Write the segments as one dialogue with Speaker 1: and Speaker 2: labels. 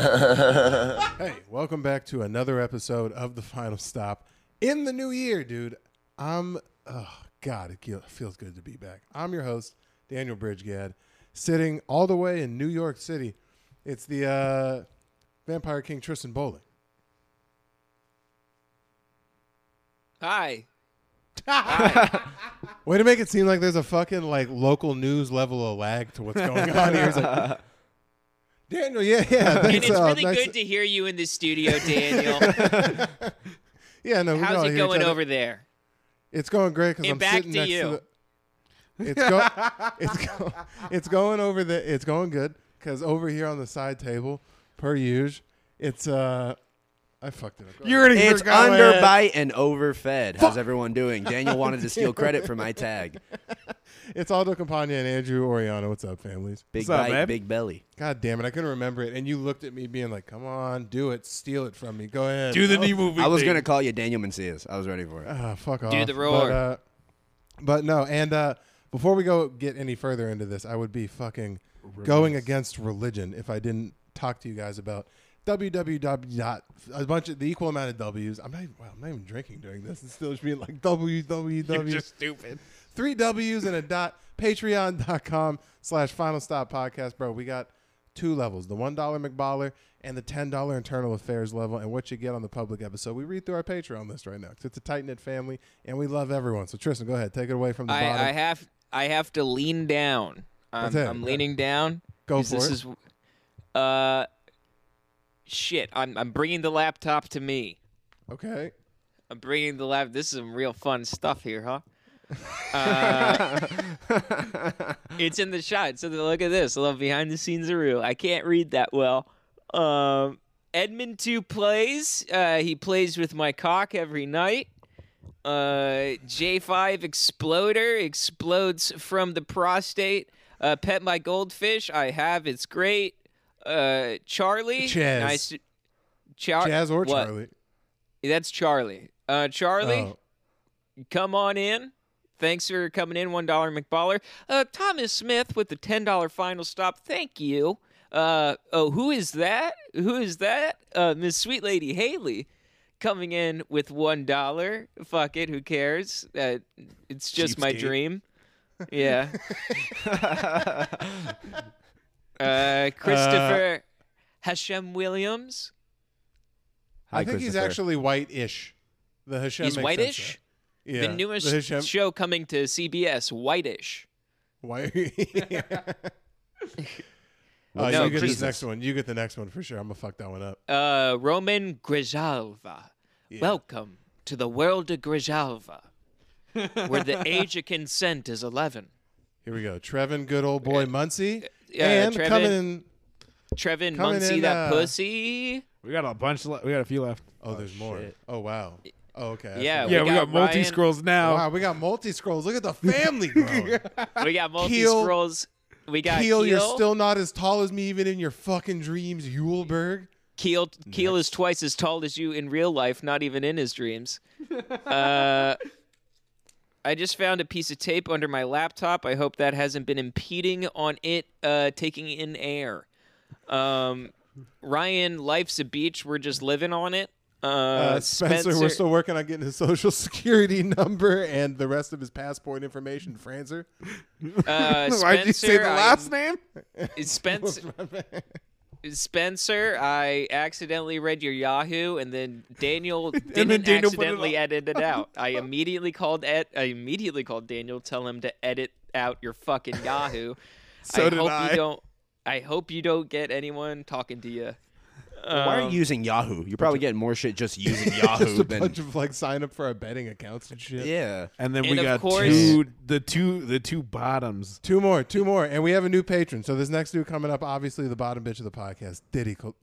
Speaker 1: Hey, welcome back to another episode of the Final Stop in the new year, dude. I'm, oh God, it ge- feels good to be back. I'm your host, Daniel Bridgegad, sitting all the way in New York City. It's the uh, Vampire King Tristan Bowling.
Speaker 2: Hi.
Speaker 1: Way to make it seem like there's a fucking like local news level of lag to what's going on here. It's like, Daniel, yeah, yeah,
Speaker 2: And
Speaker 1: thanks.
Speaker 2: it's
Speaker 1: uh,
Speaker 2: really
Speaker 1: nice-
Speaker 2: good to hear you in the studio, Daniel.
Speaker 1: Yeah, no, we all
Speaker 2: How's it
Speaker 1: hear each
Speaker 2: going
Speaker 1: other.
Speaker 2: over there?
Speaker 1: It's going great because
Speaker 2: And
Speaker 1: I'm
Speaker 2: back
Speaker 1: sitting
Speaker 2: to
Speaker 1: next
Speaker 2: you.
Speaker 1: to the. It's, go, it's, go, it's going over the. It's going good because over here on the side table, per usual, it's uh, I fucked it up. Go ahead.
Speaker 3: You're
Speaker 4: It's underbite and overfed. How's everyone doing? Daniel wanted to steal credit for my tag.
Speaker 1: It's Aldo Campagna and Andrew Oriano. What's up, families?
Speaker 4: Big
Speaker 3: What's up,
Speaker 4: bite,
Speaker 3: man?
Speaker 4: big belly.
Speaker 1: God damn it, I couldn't remember it, and you looked at me being like, "Come on, do it, steal it from me, go ahead, Oh.
Speaker 3: Do the knee movie.
Speaker 4: I was
Speaker 3: thing.
Speaker 4: gonna call you Daniel Mencias. I was ready for it.
Speaker 1: Ah, fuck off.
Speaker 2: the roar.
Speaker 1: But, uh, but no, and uh, before we go get any further into this, I would be fucking going against religion if I didn't talk to you guys about www. dot- A bunch of the equal amount of W's. I'm not. Even, wow, I'm not even drinking during this. It's still just being like www.
Speaker 3: You're just stupid.
Speaker 1: three W's and a dot. Patreon.com slash Final Stop Podcast, bro. We got two levels the $1 McBaller and the $10 Internal Affairs level, and what you get on the public episode. We read through our Patreon list right now because it's a tight knit family and we love everyone. So, Tristan, go ahead. Take it away from the
Speaker 2: I,
Speaker 1: bottom.
Speaker 2: I have I have to lean down. I'm,
Speaker 1: That's it.
Speaker 2: I'm leaning down.
Speaker 1: Go
Speaker 2: 'cause
Speaker 1: for
Speaker 2: this
Speaker 1: it.
Speaker 2: is uh shit. I'm I'm bringing the laptop to me.
Speaker 1: okay.
Speaker 2: I'm bringing the lap. This is some real fun stuff here, huh? Uh, it's in the shot. So look at this. A little behind the scenes review. I can't read that well. Um, Edmund two plays. Uh, he plays with my cock every night. Uh, J five exploder explodes from the prostate. Uh, pet my goldfish. I have. It's great. Uh, Charlie.
Speaker 1: Chaz.
Speaker 2: Nice. to- Char-
Speaker 1: Jazz or
Speaker 2: what?
Speaker 1: Charlie? Oh.
Speaker 2: That's Charlie. Uh, Charlie, come on in. Thanks for coming in, one dollar McBaller. Uh, Thomas Smith with the ten dollar final stop. Thank you. Uh, oh, who is that? Who is that? Uh, Miss Sweet Lady Haley, coming in with one dollar. Fuck it, who cares? Uh, it's just my
Speaker 4: Cheapskate.
Speaker 2: dream. Yeah. uh,
Speaker 1: Uh,
Speaker 2: Christopher Hashem Williams.
Speaker 1: I think he's
Speaker 4: Christopher.
Speaker 1: actually white ish. The Hashem
Speaker 2: He's
Speaker 1: makes sense
Speaker 2: whitish?
Speaker 1: there. Yeah,
Speaker 2: the newest
Speaker 1: the Hashem-
Speaker 2: show coming to CBS, Whitish.
Speaker 1: Why? yeah. Uh,
Speaker 2: No,
Speaker 1: you get
Speaker 2: Jesus.
Speaker 1: this next one. You get the next one for sure. I'm gonna fuck that one up.
Speaker 2: Uh, Roman Grijalva. Welcome to the world of Grijalva, where the age of consent is 11.
Speaker 1: Here we go. Trevin, good old boy Muncie.
Speaker 2: yeah,
Speaker 1: and
Speaker 2: Trevin.
Speaker 1: coming in.
Speaker 2: Trevin
Speaker 1: Coming
Speaker 2: Muncie,
Speaker 1: in,
Speaker 2: that
Speaker 1: uh,
Speaker 2: pussy.
Speaker 3: We got a bunch. Le- we got a few left.
Speaker 1: Oh, there's more. Oh, wow. Oh, okay. I
Speaker 2: Yeah,
Speaker 1: forgot.
Speaker 3: Yeah, we, got,
Speaker 2: got Ryan-
Speaker 3: multi scrolls now.
Speaker 1: Wow, we got multi scrolls. Look at the family growing.
Speaker 2: We got multi
Speaker 1: Keel.
Speaker 2: scrolls. We got Keel.
Speaker 1: Keel, you're still not as tall as me, even in your fucking dreams, Yulberg.
Speaker 2: Keel, Keel is twice as tall as you in real life, not even in his dreams. Uh, I just found a piece of tape under my laptop. I hope that hasn't been impeding on it uh, taking in air. Um, Ryan, life's a beach. We're just living on it. Uh,
Speaker 1: Uh, Spencer, we're still working on getting his social security number and the rest of his passport information, Franzer.
Speaker 2: Uh, Spencer,
Speaker 3: Why'd you say the
Speaker 2: I-
Speaker 3: last name?
Speaker 2: Spencer. Spencer, I accidentally read your Yahoo, and then Daniel didn't
Speaker 3: Daniel put it
Speaker 2: accidentally
Speaker 3: up.
Speaker 2: edit it out. I immediately called Ed. I immediately called Daniel, tell him to edit out your fucking Yahoo.
Speaker 3: So
Speaker 2: I
Speaker 3: did
Speaker 2: hope
Speaker 3: I.
Speaker 2: you don't. I hope you don't get anyone talking to you.
Speaker 4: Why are you using Yahoo? You're probably getting more shit just using
Speaker 1: Just
Speaker 4: Yahoo
Speaker 1: a
Speaker 4: than
Speaker 1: bunch of like sign up for our betting accounts and shit.
Speaker 4: yeah.
Speaker 3: And then
Speaker 2: And
Speaker 3: we
Speaker 2: of
Speaker 3: got
Speaker 2: course-
Speaker 3: two, the two, the two bottoms.
Speaker 1: Two more, two more, and we have a new patron. So this next dude coming up, obviously the bottom bitch of the podcast, Diddy, Col-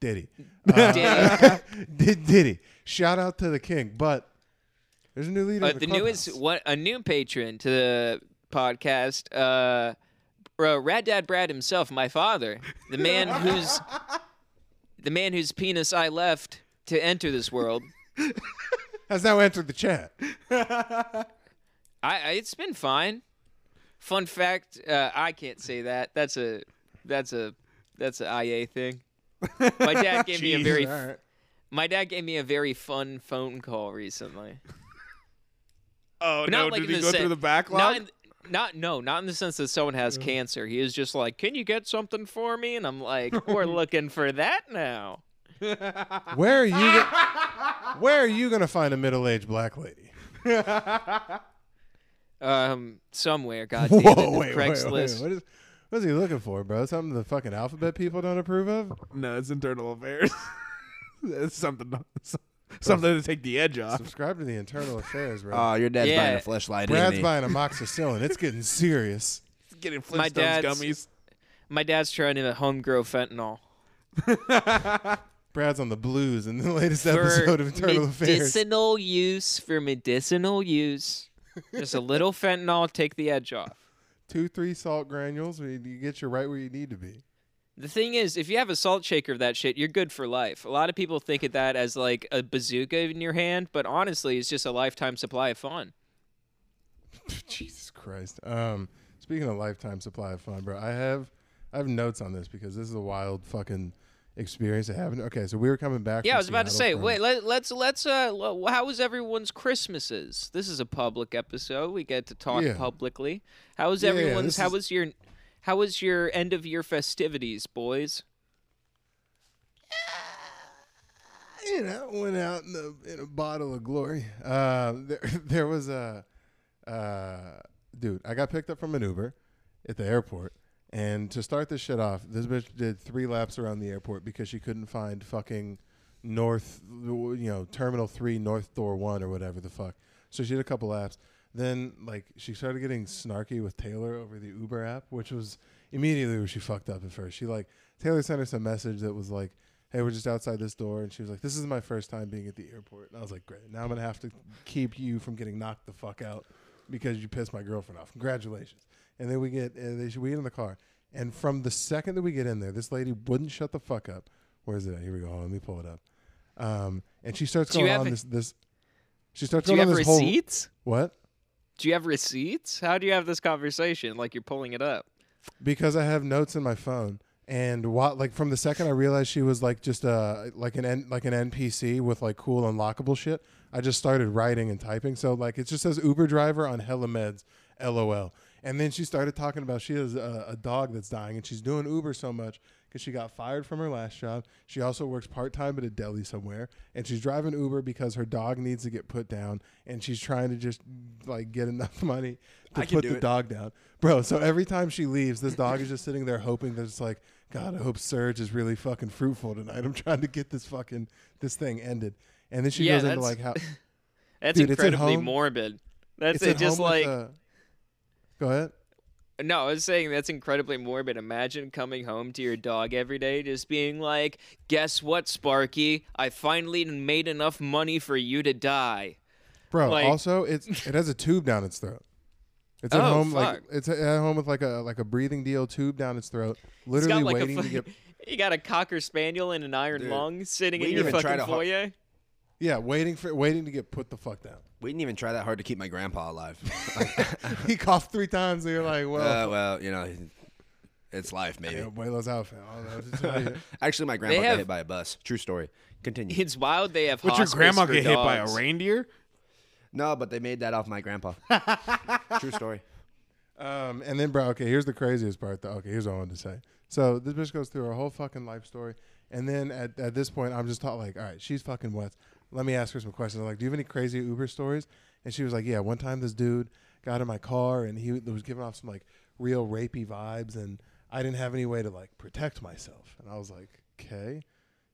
Speaker 1: Diddy,
Speaker 2: Diddy.
Speaker 1: Did Diddy. Shout out to the king. But there's a new leader.
Speaker 2: Uh,
Speaker 1: of
Speaker 2: the
Speaker 1: the
Speaker 2: newest
Speaker 1: clubhouse.
Speaker 2: what a new patron to the podcast. Uh, uh, Rad Dad Brad himself, my father, the man whose the man whose penis I left to enter this world.
Speaker 1: has now entered the chat.
Speaker 2: I, I it's been fine. Fun fact, uh, I can't say that. That's a that's a that's a IA thing. My dad gave me a
Speaker 3: Jeez.
Speaker 2: very
Speaker 1: All right.
Speaker 2: my dad gave me a very fun phone call recently.
Speaker 3: Oh
Speaker 2: But
Speaker 3: no!
Speaker 2: not like
Speaker 3: did
Speaker 2: in
Speaker 3: he
Speaker 2: the
Speaker 3: go
Speaker 2: sen-
Speaker 3: through the
Speaker 2: Not,
Speaker 3: backlog?
Speaker 2: in, not no, not in the sense that someone has cancer. He is just like, "Can you get something for me?" And I'm like, "We're looking for that now."
Speaker 1: Where are you? go- where are you gonna find a middle-aged black lady?
Speaker 2: Um, somewhere, God damn it,
Speaker 1: Whoa!
Speaker 2: the
Speaker 1: Wait, wait, wait,
Speaker 2: Craigslist.
Speaker 1: What is? What is he looking for, bro? Something the fucking alphabet people don't approve of?
Speaker 3: no, it's internal affairs. it's something, something to take the edge off.
Speaker 1: Subscribe to the internal affairs, bro.
Speaker 4: Oh, your dad's buying
Speaker 2: Yeah.
Speaker 4: a flashlight.
Speaker 1: Brad's buying amoxicillin. It's getting serious.
Speaker 3: Getting
Speaker 2: My
Speaker 3: Flintstones
Speaker 2: dad's-
Speaker 3: gummies.
Speaker 2: My dad's trying to home grow fentanyl
Speaker 1: Brad's on the blues in the latest
Speaker 2: for
Speaker 1: episode of Internal Affairs.
Speaker 2: medicinal use. For medicinal use, just a little fentanyl, take the edge off.
Speaker 1: Two, three salt granules. You you get you right where you need to be.
Speaker 2: The thing is, if you have a salt shaker of that shit, you're good for life. A lot of people think of that as like a bazooka in your hand, but honestly, it's just a lifetime supply of fun.
Speaker 1: Jesus Christ. Um, speaking of lifetime supply of fun, bro, I have I have notes on this because this is a wild fucking experience I happened. Okay, so we were coming back.
Speaker 2: Yeah,
Speaker 1: from
Speaker 2: I was about to
Speaker 1: Seattle
Speaker 2: say.
Speaker 1: from-
Speaker 2: Wait, let, let's let's uh, l- how was everyone's Christmases? This is a public episode. We get to talk
Speaker 1: Yeah.
Speaker 2: publicly. How was
Speaker 1: Yeah, yeah,
Speaker 2: everyone's?
Speaker 1: this
Speaker 2: how
Speaker 1: is-
Speaker 2: was your? How was your end of year festivities, boys?
Speaker 1: you know, went out in, the, in a bottle of glory. Uh, there, there was a uh, dude. I got picked up from an Uber at the airport, and to start this shit off, this bitch did three laps around the airport because she couldn't find fucking north, you know, terminal three, north door one, or whatever the fuck. So she did a couple laps. Then, like, she started getting snarky with Taylor over the Uber app, which was immediately where she fucked up at first. She like Taylor sent us a message that was like hey, we're just outside this door. And she was like, this is my first time being at the airport. And I was like, great. Now I'm going to have to keep you from getting knocked the fuck out because you pissed my girlfriend off. Congratulations. And then we get, and they, we get in the car. And from the second that we get in there, this lady wouldn't shut the fuck up. Where is it at? Here we go. Hold on, let me pull it up. Um, and she starts
Speaker 2: Do you
Speaker 1: going
Speaker 2: have
Speaker 1: on
Speaker 2: a-
Speaker 1: this, this, she starts
Speaker 2: Do you
Speaker 1: going
Speaker 2: have
Speaker 1: on this whole,
Speaker 2: receipts?
Speaker 1: what?
Speaker 2: Do you have receipts? How do you have this conversation? Like you're pulling it up.
Speaker 1: because I have notes in my phone. And what, like, from the second I realized she was like just uh like an N, like an NPC with like cool unlockable shit, I just started writing and typing. So like it just says Uber driver on hella meds, lol. And then she started talking about she has a, a dog that's dying and she's doing Uber so much because she got fired from her last job. She also works part time at a deli somewhere, and she's driving Uber because her dog needs to get put down, and she's trying to just like get enough money to
Speaker 4: I can
Speaker 1: put
Speaker 4: do
Speaker 1: the
Speaker 4: it.
Speaker 1: dog down, bro. So every time she leaves, this dog is just sitting there hoping that it's like, God, I hope Surge is really fucking fruitful tonight. I'm trying to get this fucking this thing ended. And then she
Speaker 2: Yeah,
Speaker 1: goes into
Speaker 2: that's-
Speaker 1: like how
Speaker 2: That's
Speaker 1: Dude, it's at
Speaker 2: incredibly
Speaker 1: home-
Speaker 2: morbid. That's
Speaker 1: it's
Speaker 2: it
Speaker 1: at
Speaker 2: just
Speaker 1: home with,
Speaker 2: like
Speaker 1: uh, go ahead.
Speaker 2: No, I was saying that's incredibly morbid. Imagine coming home to your dog every day, just being like, "Guess what, Sparky? I finally made enough money for you to die."
Speaker 1: Bro,
Speaker 2: Like-
Speaker 1: also it's it has a tube down its throat. It's at
Speaker 2: Oh,
Speaker 1: home like
Speaker 2: fuck.
Speaker 1: it's at home with like a like a breathing deal tube down its throat,
Speaker 2: It's
Speaker 1: literally
Speaker 2: got like
Speaker 1: waiting
Speaker 2: a
Speaker 1: to
Speaker 2: fucking,
Speaker 1: get
Speaker 2: you got a cocker spaniel and an iron
Speaker 4: Dude,
Speaker 2: lung sitting
Speaker 4: we
Speaker 2: in your
Speaker 4: didn't even try
Speaker 2: fucking
Speaker 4: to har-
Speaker 2: foyer.
Speaker 1: yeah, waiting for waiting to get put the fuck down.
Speaker 4: We didn't even try that hard to keep my grandpa alive.
Speaker 1: he coughed three times. and You're like, well,
Speaker 4: Uh, well, you know, it's life,
Speaker 1: hey,
Speaker 4: maybe.
Speaker 1: abuelo's out, fam. I don't know what to tell you.
Speaker 4: Actually, my grandpa
Speaker 2: have-
Speaker 4: got hit by a bus. True story. Continue.
Speaker 2: It's wild. They have.
Speaker 3: Would your
Speaker 2: hospice
Speaker 3: grandma
Speaker 2: for
Speaker 3: get hit by a
Speaker 2: dogs.
Speaker 3: reindeer?
Speaker 4: No, but they made that off my grandpa. True story.
Speaker 1: Um, and then, bro, okay, here's the craziest part, though. Okay, here's what I wanted to say. So this bitch goes through her whole fucking life story, and then at, at this point, I'm just taught like, all right, she's fucking wet. Let me ask her some questions. I'm like, do you have any crazy Uber stories? And she was like, yeah, one time this dude got in my car and he was giving off some like real rapey vibes, and I didn't have any way to like protect myself, and I was like, okay.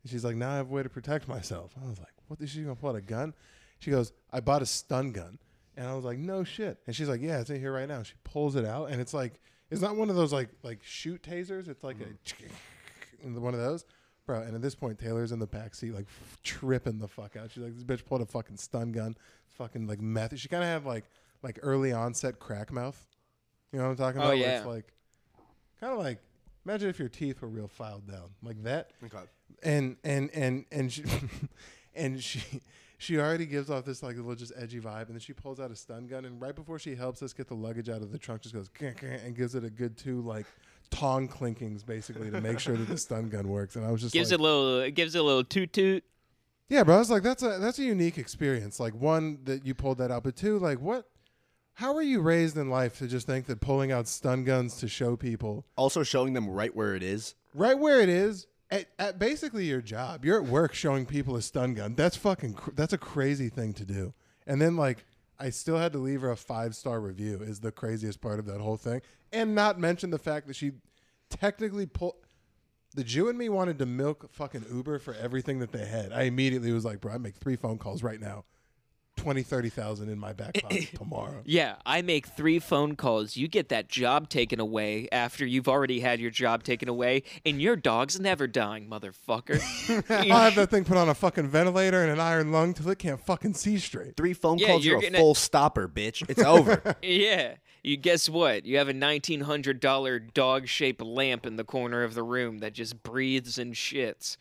Speaker 1: And she's like, now I have a way to protect myself. I was like, what is she gonna pull out a gun? She goes, I bought a stun gun. And I was like, no shit. And she's like, yeah, it's in here right now. She pulls it out and it's like, it's not one of those like like shoot tasers. It's like
Speaker 2: Mm-hmm.
Speaker 1: a and one of those. Bro, and at this point, Taylor's in the back seat, like tripping the fuck out. She's like, "This bitch pulled a fucking stun gun, fucking like meth." She kind of had like, like early onset crack mouth. You know what I'm talking
Speaker 2: Oh,
Speaker 1: about? Where
Speaker 2: yeah.
Speaker 1: It's like, kind of like, imagine if your teeth were real filed down like that and and and and she and she she already gives off this like little just edgy vibe and then she pulls out a stun gun and right before she helps us get the luggage out of the trunk just goes "Grr, grr," and gives it a good two like tong clinkings basically to make sure that the stun gun works. And I was just
Speaker 2: Gives
Speaker 1: like,
Speaker 2: it a little. It gives it a little toot toot.
Speaker 1: yeah, bro. I was like, that's a that's a unique experience. Like one that you pulled that out, but two, like what? How were you raised in life to just think that pulling out stun guns to show people
Speaker 4: Also showing them right where it is.
Speaker 1: right where it is at, at basically your job you're at work showing people a stun gun that's fucking cr- that's a crazy thing to do and then like i still had to leave her a five star review is the craziest part of that whole thing and not mention the fact that she technically pulled the Jew and me wanted to milk fucking Uber for everything that they had. I immediately was like, bro, I make three phone calls right now. 20, 30,000 in my back pocket tomorrow.
Speaker 2: Yeah, I make three phone calls. You get that job taken away after you've already had your job taken away, and your dog's never dying, motherfucker.
Speaker 1: I'll have that thing put on a fucking ventilator and an iron lung till it can't fucking see straight.
Speaker 4: Three phone
Speaker 2: Yeah,
Speaker 4: calls,
Speaker 2: you're
Speaker 4: you're, a
Speaker 2: gonna-
Speaker 4: full stopper, bitch. It's over.
Speaker 2: yeah. You guess what? You have a nineteen hundred dollar dog shaped lamp in the corner of the room that just breathes and shits.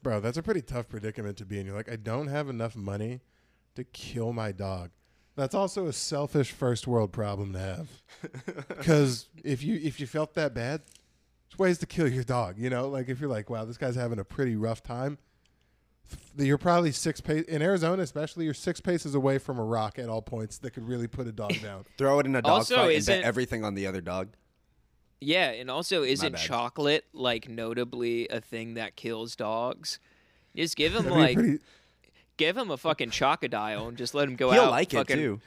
Speaker 1: Bro, that's a pretty tough predicament to be in. You're like, I don't have enough money to kill my dog. That's also a selfish first world problem to have. Cause if you if you felt that bad, there's ways to kill your dog, you know? Like if you're like, wow, this guy's having a pretty rough time, th- you're probably six pace in Arizona especially, you're six paces away from a rock at all points that could really put a dog down.
Speaker 4: Throw it in a dog
Speaker 2: Also,
Speaker 4: fight and
Speaker 2: isn't-
Speaker 4: bet everything on the other dog.
Speaker 2: Yeah, and also isn't
Speaker 4: bad.
Speaker 2: chocolate like notably a thing that kills dogs? Just give him
Speaker 1: That'd be
Speaker 2: like
Speaker 1: pretty-
Speaker 2: give him a fucking chocodile and just let him go
Speaker 4: He'll
Speaker 2: out.
Speaker 4: like it
Speaker 2: fucking-
Speaker 4: too.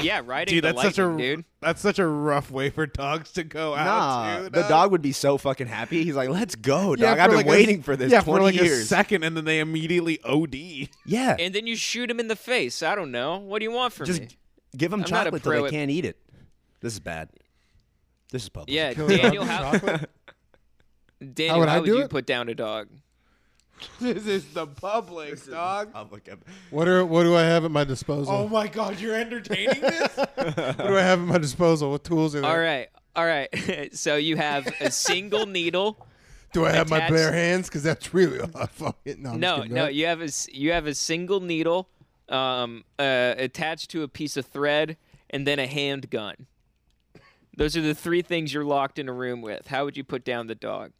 Speaker 2: Yeah, riding
Speaker 3: dude,
Speaker 2: the
Speaker 3: that's such a
Speaker 2: lightning, dude.
Speaker 3: that's such a rough way for dogs to go out.
Speaker 4: Nah,
Speaker 3: dude.
Speaker 4: the
Speaker 3: Uh,
Speaker 4: dog would be so fucking happy. He's like, "Let's go, dog!
Speaker 3: yeah,
Speaker 4: I've
Speaker 3: for
Speaker 4: been
Speaker 3: like a-
Speaker 4: waiting for this
Speaker 3: yeah,
Speaker 4: 20
Speaker 3: for like a
Speaker 4: years."
Speaker 3: second, and then they immediately OD.
Speaker 4: yeah,
Speaker 2: And then you shoot him in the face. I don't know. What do you want from
Speaker 4: just
Speaker 2: me?
Speaker 4: give them
Speaker 2: I'm not a
Speaker 4: chocolate till
Speaker 2: pro
Speaker 4: they
Speaker 2: at-
Speaker 4: can't eat it. This is bad. This is public.
Speaker 2: Yeah,
Speaker 1: Kill your dog
Speaker 2: Daniel,
Speaker 1: with
Speaker 2: how,
Speaker 1: chocolate?
Speaker 2: Daniel, how
Speaker 1: would
Speaker 2: would,
Speaker 1: I do
Speaker 2: you
Speaker 1: it?
Speaker 2: put down a dog?
Speaker 3: this is the public, dog.
Speaker 4: Public. ep-
Speaker 1: What are what do I have at my disposal?
Speaker 3: Oh my god, you're entertaining this?
Speaker 1: What do I have at my disposal? What tools are there?
Speaker 2: All right, all right. so you have a single needle.
Speaker 1: Do I have my
Speaker 2: attached-
Speaker 1: bare hands? Because that's really all I fucking. No, I'm just
Speaker 2: No,
Speaker 1: kidding.
Speaker 2: no, you have a s- you have a single needle um, uh, attached to a piece of thread and then a handgun. Those are the three things you're locked in a room with. How would you put down the dog?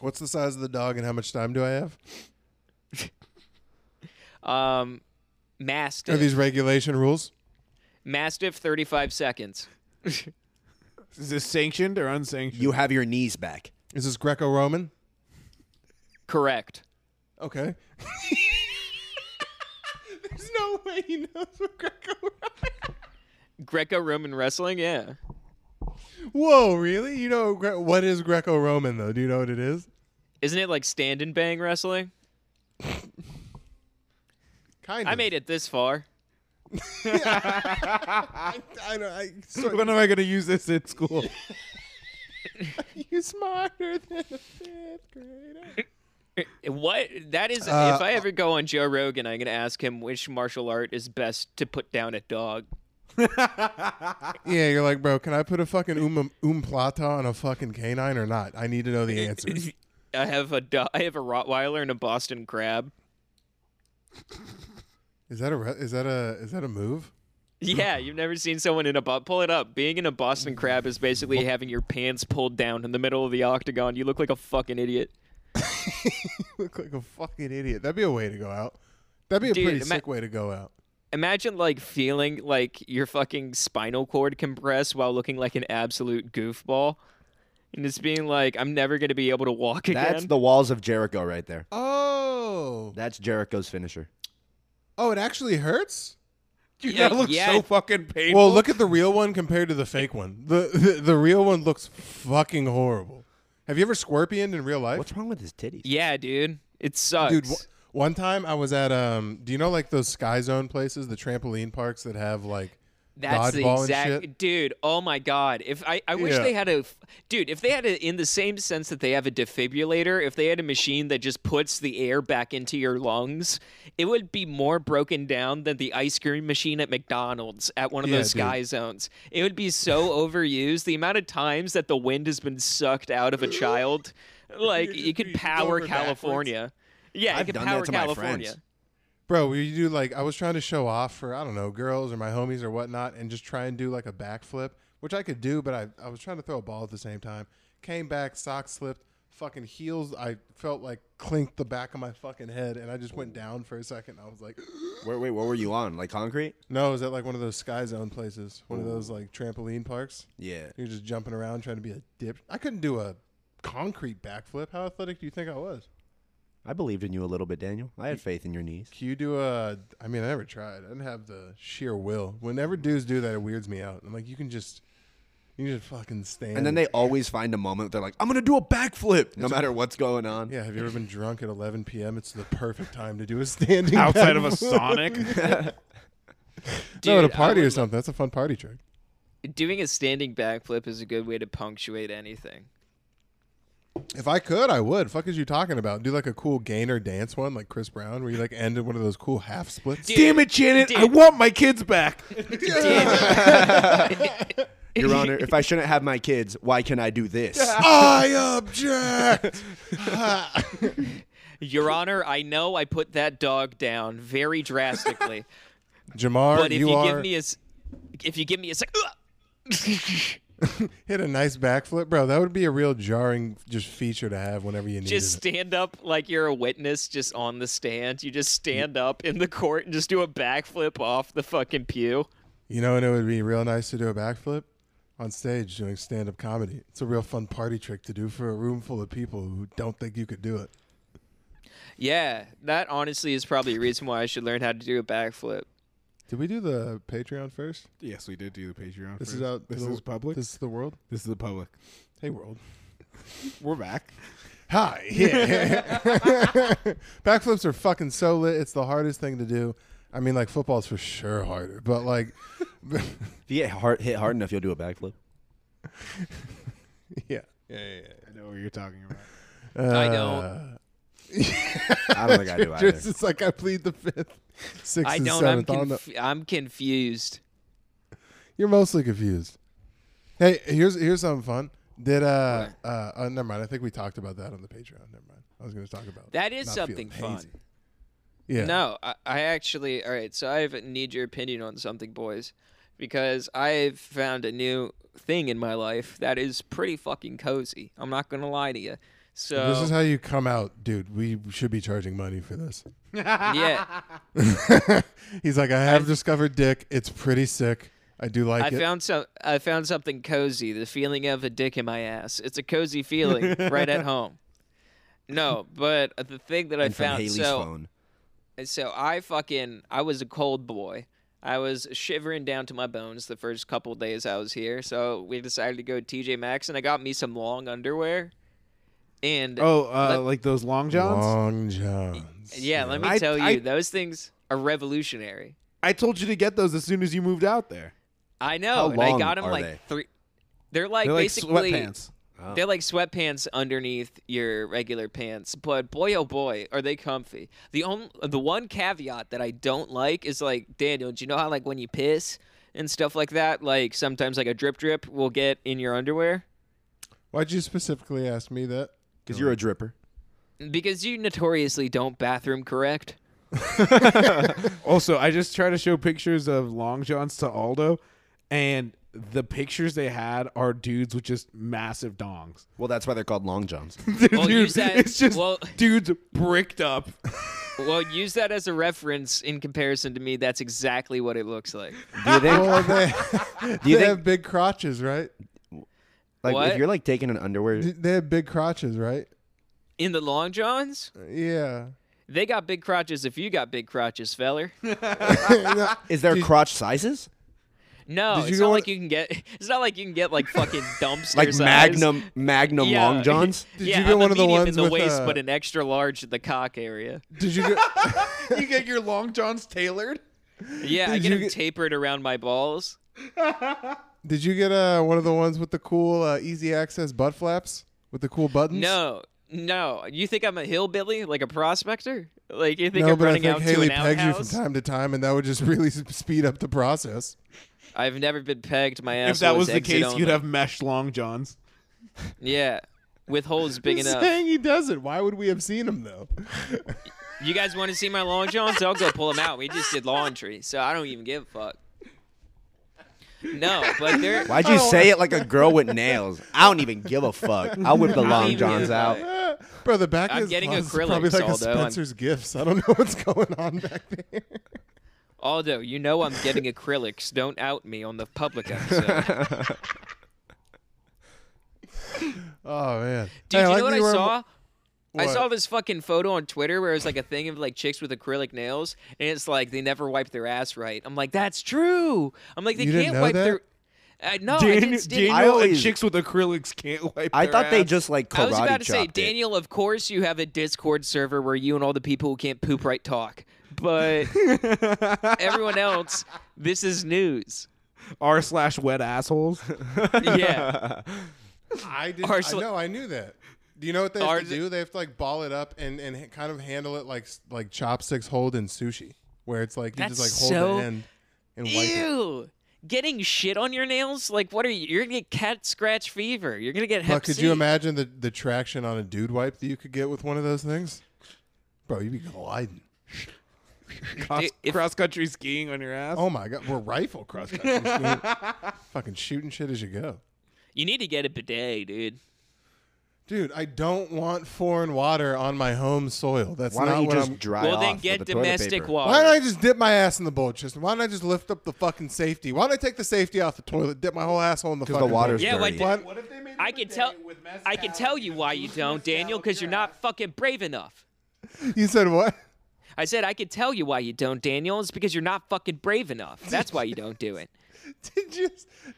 Speaker 1: What's the size of the dog and how much time do I have?
Speaker 2: Um,
Speaker 1: Are
Speaker 2: mastiff.
Speaker 1: these regulation rules?
Speaker 2: mastiff. Thirty-five seconds.
Speaker 3: Is this sanctioned or unsanctioned?
Speaker 4: You have your knees back.
Speaker 1: Is this Greco-Roman?
Speaker 2: Correct.
Speaker 1: Okay. There's no way he knows what Greco-Roman.
Speaker 2: Greco-Roman wrestling. Yeah.
Speaker 1: Whoa, really? You know Gre- what is Greco-Roman though? Do you know what it is?
Speaker 2: Isn't it like stand and bang wrestling?
Speaker 1: Kind of.
Speaker 2: I made it this far.
Speaker 1: I, I, know, I, so,
Speaker 3: when am I going to use this in school?
Speaker 1: you smarter than a fifth grader.
Speaker 2: What that is
Speaker 1: Uh,
Speaker 2: if I ever go on Joe Rogan, I'm gonna ask him which martial art is best to put down a dog.
Speaker 1: Yeah, you're like, bro. Can I put a fucking um, um plata on a fucking canine or not? I need to know the answers.
Speaker 2: I have a do- I have a Rottweiler and a Boston Crab.
Speaker 1: Is that a re- is that a is that a move?
Speaker 2: Yeah, you've never seen someone in a bo- pull it up. Being in a Boston Crab is basically having your pants pulled down in the middle of the octagon. You look like a fucking idiot.
Speaker 1: look like a fucking idiot. That'd be a way to go out. That'd be a
Speaker 2: Dude,
Speaker 1: pretty
Speaker 2: ima-
Speaker 1: sick way to go out.
Speaker 2: Imagine like feeling like your fucking spinal cord compress while looking like an absolute goofball, and just being like, I'm never gonna be able to walk again.
Speaker 4: That's the walls of Jericho right there.
Speaker 1: Oh,
Speaker 4: That's Jericho's finisher.
Speaker 1: oh, it actually hurts.
Speaker 3: Dude,
Speaker 2: Yeah,
Speaker 3: that looks
Speaker 2: yeah.
Speaker 3: so fucking painful.
Speaker 1: Well, look at the real one compared to the fake one. The the, the real one looks fucking horrible. Have you ever scorpioned in real life,
Speaker 4: What's wrong with his titties?
Speaker 2: yeah, dude. It sucks.
Speaker 1: dude? wh- one time I was at um, do you know like those Sky Zone places, the trampoline parks that have like
Speaker 2: That's the
Speaker 1: dodgeball and
Speaker 2: exact
Speaker 1: shit?
Speaker 2: dude. Oh my god! If I, I wish
Speaker 1: Yeah.
Speaker 2: they had a f- dude. If they had a, in the same sense that they have a defibrillator, if they had a machine that just puts the air back into your lungs, it would be more broken down than the ice cream machine at McDonald's at one of
Speaker 1: Yeah,
Speaker 2: those
Speaker 1: dude.
Speaker 2: sky zones. It would be so overused. The amount of times that the wind has been sucked out of a child, like
Speaker 1: You're
Speaker 2: you
Speaker 1: just
Speaker 2: could
Speaker 1: being
Speaker 2: power
Speaker 1: over backwards.
Speaker 2: California. Yeah, it
Speaker 4: I've
Speaker 2: could
Speaker 4: done that
Speaker 2: power
Speaker 4: to my
Speaker 2: California.
Speaker 4: friends.
Speaker 1: Bro, we do like I was trying to show off for I don't know girls or my homies or whatnot, and just try and do like a backflip, which I could do, but I, I was trying to throw a ball at the same time. Came back, sock slipped, fucking heels. I felt like clinked the back of my fucking head, and I just went down for a second. I was like,
Speaker 4: Wait, wait, what were you on? Like concrete?
Speaker 1: no, is that like one of those sky zone places? One of those like trampoline parks?
Speaker 4: Yeah.
Speaker 1: You're just jumping around trying to be a dip. I couldn't do a concrete backflip. How athletic do you think I was?
Speaker 4: I believed in you a little bit, Daniel. I had faith in your knees.
Speaker 1: Can you do a? I mean, I never tried. I didn't have the sheer will. Whenever dudes do that, it weirds me out. I'm like, you can just, you can just fucking stand.
Speaker 4: And then they always find a moment. They're like, I'm gonna do a backflip, no matter what's going on.
Speaker 1: Yeah, have you ever been drunk at 11 p.m.? It's the perfect time to do a standing
Speaker 3: outside of
Speaker 1: backflip.
Speaker 3: a Sonic.
Speaker 1: no, at a
Speaker 2: Dude, I
Speaker 1: party or
Speaker 2: would
Speaker 1: something. That's a fun party trick.
Speaker 2: Doing a standing backflip is a good way to punctuate anything.
Speaker 1: If I could, I would. Fuck is you talking about? Do like a cool gainer dance one, like Chris Brown, where you like end in one of those cool half splits.
Speaker 2: Dude,
Speaker 3: Damn it, Janet! I
Speaker 2: Dude.
Speaker 3: want my kids back.
Speaker 4: Your Honor, if I shouldn't have my kids, why can I do this?
Speaker 1: I object.
Speaker 2: Your Honor, I know I put that dog down very drastically,
Speaker 1: Jamar,
Speaker 2: but if
Speaker 1: you,
Speaker 2: you,
Speaker 1: are
Speaker 2: give me a, s- if you give me a sec,
Speaker 1: hit a nice backflip, bro. That would be a real jarring just feature to have whenever you need
Speaker 2: just
Speaker 1: it.
Speaker 2: stand up like you're a witness, just on the stand. You just stand up in the court and just do a backflip off the fucking pew.
Speaker 1: You know, and it would be real nice to do a backflip on stage doing stand-up comedy. It's a real fun party trick to do for a room full of people who don't think you could do it.
Speaker 2: Yeah, that honestly is probably a reason why I should learn how to do a backflip.
Speaker 1: Did we do the Patreon first?
Speaker 3: Yes, we did do the Patreon.
Speaker 1: This
Speaker 3: first.
Speaker 1: is out.
Speaker 3: This
Speaker 1: to the-
Speaker 3: is public. This,
Speaker 1: This is the world.
Speaker 3: is the public.
Speaker 1: Hey, world.
Speaker 3: We're back.
Speaker 1: Hi. Yeah. Backflips are fucking so lit. It's the hardest thing to do. I mean, like football's for sure harder, but like,
Speaker 4: If you get hard, hit hard enough, you'll do a backflip.
Speaker 1: yeah.
Speaker 3: I know what you're talking about.
Speaker 2: I
Speaker 1: Uh,
Speaker 2: don't.
Speaker 4: I don't think I do either.
Speaker 1: Just, it's like I plead the fifth, sixth,
Speaker 2: I
Speaker 1: and
Speaker 2: don't. I'm,
Speaker 1: seventh. on the-
Speaker 2: conf- I'm confused.
Speaker 1: You're mostly confused. Hey, here's here's something fun. Did uh, uh oh, never mind. I think we talked about that on the Patreon. Never mind. I was going to talk about
Speaker 2: That is
Speaker 1: not
Speaker 2: something
Speaker 1: feeling
Speaker 2: fun.
Speaker 1: hazy. Yeah.
Speaker 2: No, I, I actually. All right, so I have, need your opinion on something, boys, because I've found a new thing in my life that is pretty fucking cozy. I'm not gonna lie to you. So
Speaker 1: This is how you come out, dude. We should be charging money for this.
Speaker 2: yeah,
Speaker 1: He's like, I have discovered dick. It's pretty sick. I do like
Speaker 2: I
Speaker 1: it.
Speaker 2: found some. I found something cozy. The feeling of a dick in my ass. It's a cozy feeling right at home. No, but the thing that I
Speaker 4: And from
Speaker 2: found.
Speaker 4: Haley's
Speaker 2: so
Speaker 4: phone.
Speaker 2: And so I fucking I was a cold boy. I was shivering down to my bones the first couple days I was here. So we decided to go TJ Maxx and I got me some long underwear. And
Speaker 3: Oh, uh,
Speaker 2: Let-
Speaker 3: like those long johns.
Speaker 1: Long Johns.
Speaker 2: yeah, let me
Speaker 3: I-
Speaker 2: tell
Speaker 3: I-
Speaker 2: you, those things are revolutionary.
Speaker 3: I told you to get those as soon as you moved out there.
Speaker 2: I
Speaker 4: How
Speaker 2: know. And I
Speaker 4: long
Speaker 2: got them
Speaker 4: are
Speaker 2: like
Speaker 4: they?
Speaker 2: three They're like
Speaker 3: They're like
Speaker 2: basically
Speaker 3: sweatpants.
Speaker 1: Oh.
Speaker 2: They're like sweatpants underneath your regular pants, but boy oh boy, are they comfy. The only the one caveat that I don't like is like Daniel, do you know how like when you piss and stuff like that, like sometimes like a drip drip will get in your underwear?
Speaker 1: Why'd you specifically ask me that?
Speaker 4: Because you're a dripper.
Speaker 2: Because you notoriously don't bathroom correct.
Speaker 3: Also, I just try to show pictures of long johns to Aldo, and the pictures they had are dudes with just massive dongs.
Speaker 4: Well, that's why they're called long johns.
Speaker 3: Dude,
Speaker 2: Well, use that-
Speaker 3: it's just
Speaker 2: Oh, well-
Speaker 3: dudes bricked up.
Speaker 2: Well, use that as a reference in comparison to me. That's exactly what it looks like.
Speaker 4: Do you think,
Speaker 1: Well, they,
Speaker 4: do you
Speaker 1: they
Speaker 4: think
Speaker 1: have big crotches, right?
Speaker 4: like,
Speaker 2: What?
Speaker 4: if you're like taking an underwear,
Speaker 1: They have big crotches, right?
Speaker 2: In the long johns,
Speaker 1: Yeah.
Speaker 2: they got big crotches if you got big crotches, feller.
Speaker 4: is there crotch sizes?
Speaker 2: No,
Speaker 1: Did you
Speaker 2: it's
Speaker 1: go
Speaker 2: not
Speaker 1: on-
Speaker 2: like you can get. It's not like you can get like fucking dumpster
Speaker 4: Like
Speaker 2: size.
Speaker 4: Magnum, Magnum
Speaker 2: Yeah.
Speaker 4: long johns?
Speaker 1: Did
Speaker 2: yeah,
Speaker 1: you get
Speaker 2: I'm
Speaker 1: one of the
Speaker 2: medium
Speaker 1: ones
Speaker 2: in the
Speaker 1: with,
Speaker 2: waist,
Speaker 1: uh,
Speaker 2: but an extra large in the cock area?
Speaker 1: Did you get
Speaker 3: you get your long johns tailored.
Speaker 2: Yeah, I
Speaker 1: Did
Speaker 2: get
Speaker 1: you
Speaker 2: them
Speaker 1: get-
Speaker 2: tapered around my balls.
Speaker 1: Did you get uh, one of the ones with the cool uh, easy access butt flaps with the cool buttons?
Speaker 2: No, no. You think I'm a hillbilly, like a prospector? Like you think
Speaker 1: no,
Speaker 2: I'm
Speaker 1: but I
Speaker 2: running
Speaker 1: think
Speaker 2: out
Speaker 1: Haley
Speaker 2: to an
Speaker 1: pegs you from
Speaker 2: outhouse?
Speaker 1: time to time, and that would just really s- speed up the process.
Speaker 2: I've never been pegged. My ass.
Speaker 3: If that was the case, you'd have mesh long johns.
Speaker 2: yeah, with holes big enough.
Speaker 1: he doesn't. Why would we have seen him though?
Speaker 2: You guys want to see my long johns? I'll go pull them out. We just did laundry, so I don't even give a fuck. No, but they're
Speaker 4: Why'd you say it like a girl with nails? I don't even give a fuck. I whip the
Speaker 2: I don't
Speaker 4: long
Speaker 2: even
Speaker 4: johns
Speaker 2: give a
Speaker 4: out.
Speaker 2: fuck.
Speaker 1: Bro, the back
Speaker 2: I'm
Speaker 1: is
Speaker 2: getting
Speaker 1: honestly
Speaker 2: acrylics,
Speaker 1: probably like a
Speaker 2: although I'm-
Speaker 1: Spencer's gifts. I don't know what's going on back there.
Speaker 2: Aldo, you know I'm getting acrylics. Don't out me on the public episode.
Speaker 1: Oh man,
Speaker 2: Dude,
Speaker 1: Hey,
Speaker 2: you
Speaker 1: like
Speaker 2: know what I
Speaker 1: were-
Speaker 2: saw? I
Speaker 1: What?
Speaker 2: saw this fucking photo on Twitter where it was like a thing of like chicks with acrylic nails, and it's like they never wipe their ass right. I'm like, that's true. I'm like, they
Speaker 1: You
Speaker 2: can't
Speaker 1: didn't know
Speaker 2: wipe
Speaker 1: that?
Speaker 2: their. I no, Oh, I
Speaker 3: Dan-
Speaker 2: didn't. Daniel,
Speaker 4: I
Speaker 3: Daniel and
Speaker 4: always-
Speaker 3: chicks with acrylics can't wipe.
Speaker 4: I
Speaker 3: their
Speaker 4: thought they
Speaker 3: ass.
Speaker 4: just like karate
Speaker 2: I was about to say,
Speaker 4: chopped it.
Speaker 2: Daniel. Of course, you have a Discord server where you and all the people who can't poop right talk, but everyone else, this is news.
Speaker 3: r slash wet assholes.
Speaker 2: Yeah,
Speaker 1: I didn't.
Speaker 2: Or
Speaker 1: I
Speaker 2: so-
Speaker 1: know. I knew that. Do you know what they have
Speaker 2: Or
Speaker 1: to
Speaker 2: is it-
Speaker 1: do? They have to like ball it up and and h- kind of handle it like s- like chopsticks hold in sushi, where it's like you
Speaker 2: That's
Speaker 1: just like
Speaker 2: so-
Speaker 1: hold the end and wipe it.
Speaker 2: ew. Getting shit on your nails? Like, what are you? You're gonna get cat scratch fever. You're gonna get hep
Speaker 1: But could
Speaker 2: C.
Speaker 1: you imagine the the traction on a dude wipe that you could get with one of those things? Bro, you'd be gliding.
Speaker 3: Cross,
Speaker 2: if-
Speaker 3: cross country skiing on your ass.
Speaker 1: Oh my god, we're rifle cross country. Fucking shooting shit as you go.
Speaker 2: You need to get a bidet, dude.
Speaker 1: Dude, I don't want foreign water on my home soil. That's
Speaker 4: Why
Speaker 1: not
Speaker 4: don't you
Speaker 1: what
Speaker 4: just
Speaker 1: I'm.
Speaker 4: dry
Speaker 2: well, then
Speaker 4: off
Speaker 2: get
Speaker 4: with the toilet
Speaker 2: domestic
Speaker 4: paper?
Speaker 2: water.
Speaker 1: Why don't I just dip my ass in the bowl? Just why don't I just lift up the fucking safety? Why don't I take the safety off the toilet, dip my whole asshole in the
Speaker 4: Because
Speaker 1: fucking
Speaker 4: the water's
Speaker 1: bowl?
Speaker 2: Yeah, why
Speaker 4: dirty.
Speaker 1: Why-
Speaker 3: if they made
Speaker 2: I can tell. I can tell you why you don't, Daniel, because you're not fucking brave enough.
Speaker 1: you said what?
Speaker 2: I said I can tell you why you don't, Daniel. It's because you're not fucking brave enough. That's why you don't do it.
Speaker 1: Did you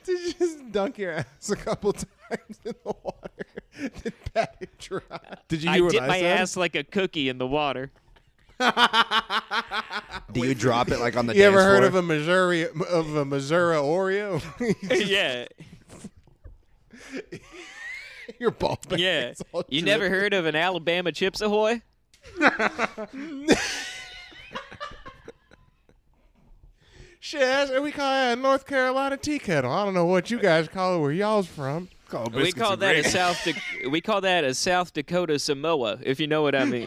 Speaker 1: did you just dunk your ass a couple times in the water? Did pat it dry?
Speaker 3: Did you
Speaker 2: I
Speaker 3: hear what
Speaker 2: dip
Speaker 3: I
Speaker 2: my
Speaker 3: said?
Speaker 2: ass like a cookie in the water.
Speaker 4: Do you drop it like on the
Speaker 1: You
Speaker 4: dance
Speaker 1: ever heard
Speaker 4: floor?
Speaker 1: of a Missouri of a Missouri Oreo?
Speaker 2: yeah,
Speaker 1: Your ball bag
Speaker 2: yeah.
Speaker 1: is all
Speaker 2: You
Speaker 1: dripping.
Speaker 2: never heard of an Alabama Chips Ahoy?
Speaker 1: Shit, that's what we call that a North Carolina tea kettle. I don't know what you guys call it where y'all's from.
Speaker 2: We call that a South. Da- we call that a South Dakota Samoa, if you know what I mean.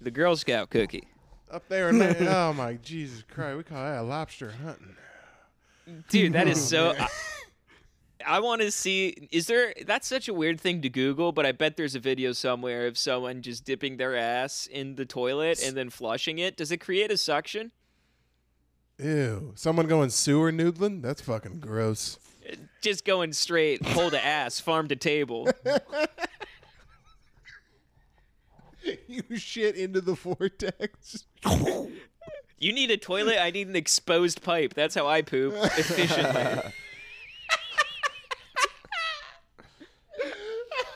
Speaker 2: the Girl Scout cookie.
Speaker 1: Up there in oh my Jesus Christ, we call that a lobster hunting.
Speaker 2: Dude, that is so. I, I want to see. Is there? That's such a weird thing to Google, but I bet there's a video somewhere of someone just dipping their ass in the toilet and then flushing it. Does it create a suction?
Speaker 1: Ew. Someone going sewer noodling? That's fucking gross.
Speaker 2: Just going straight, hole to ass, farm to table.
Speaker 1: you shit into the vortex.
Speaker 2: You need a toilet. I need an exposed pipe. That's how I poop efficiently.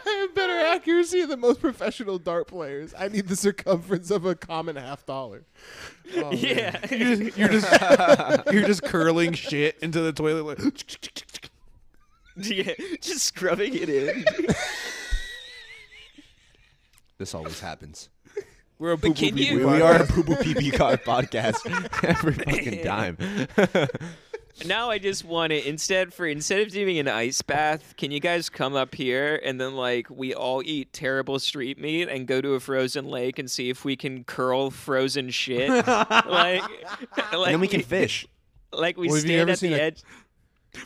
Speaker 1: I have better accuracy than most professional dart players. I need the circumference of a common half dollar. Oh, man.
Speaker 2: yeah.
Speaker 3: You're just, you're just you're just curling shit into the toilet. Like,
Speaker 2: Yeah, just scrubbing it in.
Speaker 4: This always happens.
Speaker 3: We're a boo
Speaker 2: can you-
Speaker 4: We, we are a poo poo pee pee car podcast every fucking time.
Speaker 2: Now I just want it instead for instead of doing an ice bath, can you guys come up here and then like we all eat terrible street meat and go to a frozen lake and see if we can curl frozen shit? like, like
Speaker 4: and then we can fish.
Speaker 2: Like we
Speaker 1: Well, have you
Speaker 2: stand
Speaker 1: ever
Speaker 2: at
Speaker 1: seen
Speaker 2: the
Speaker 1: a-
Speaker 2: edge.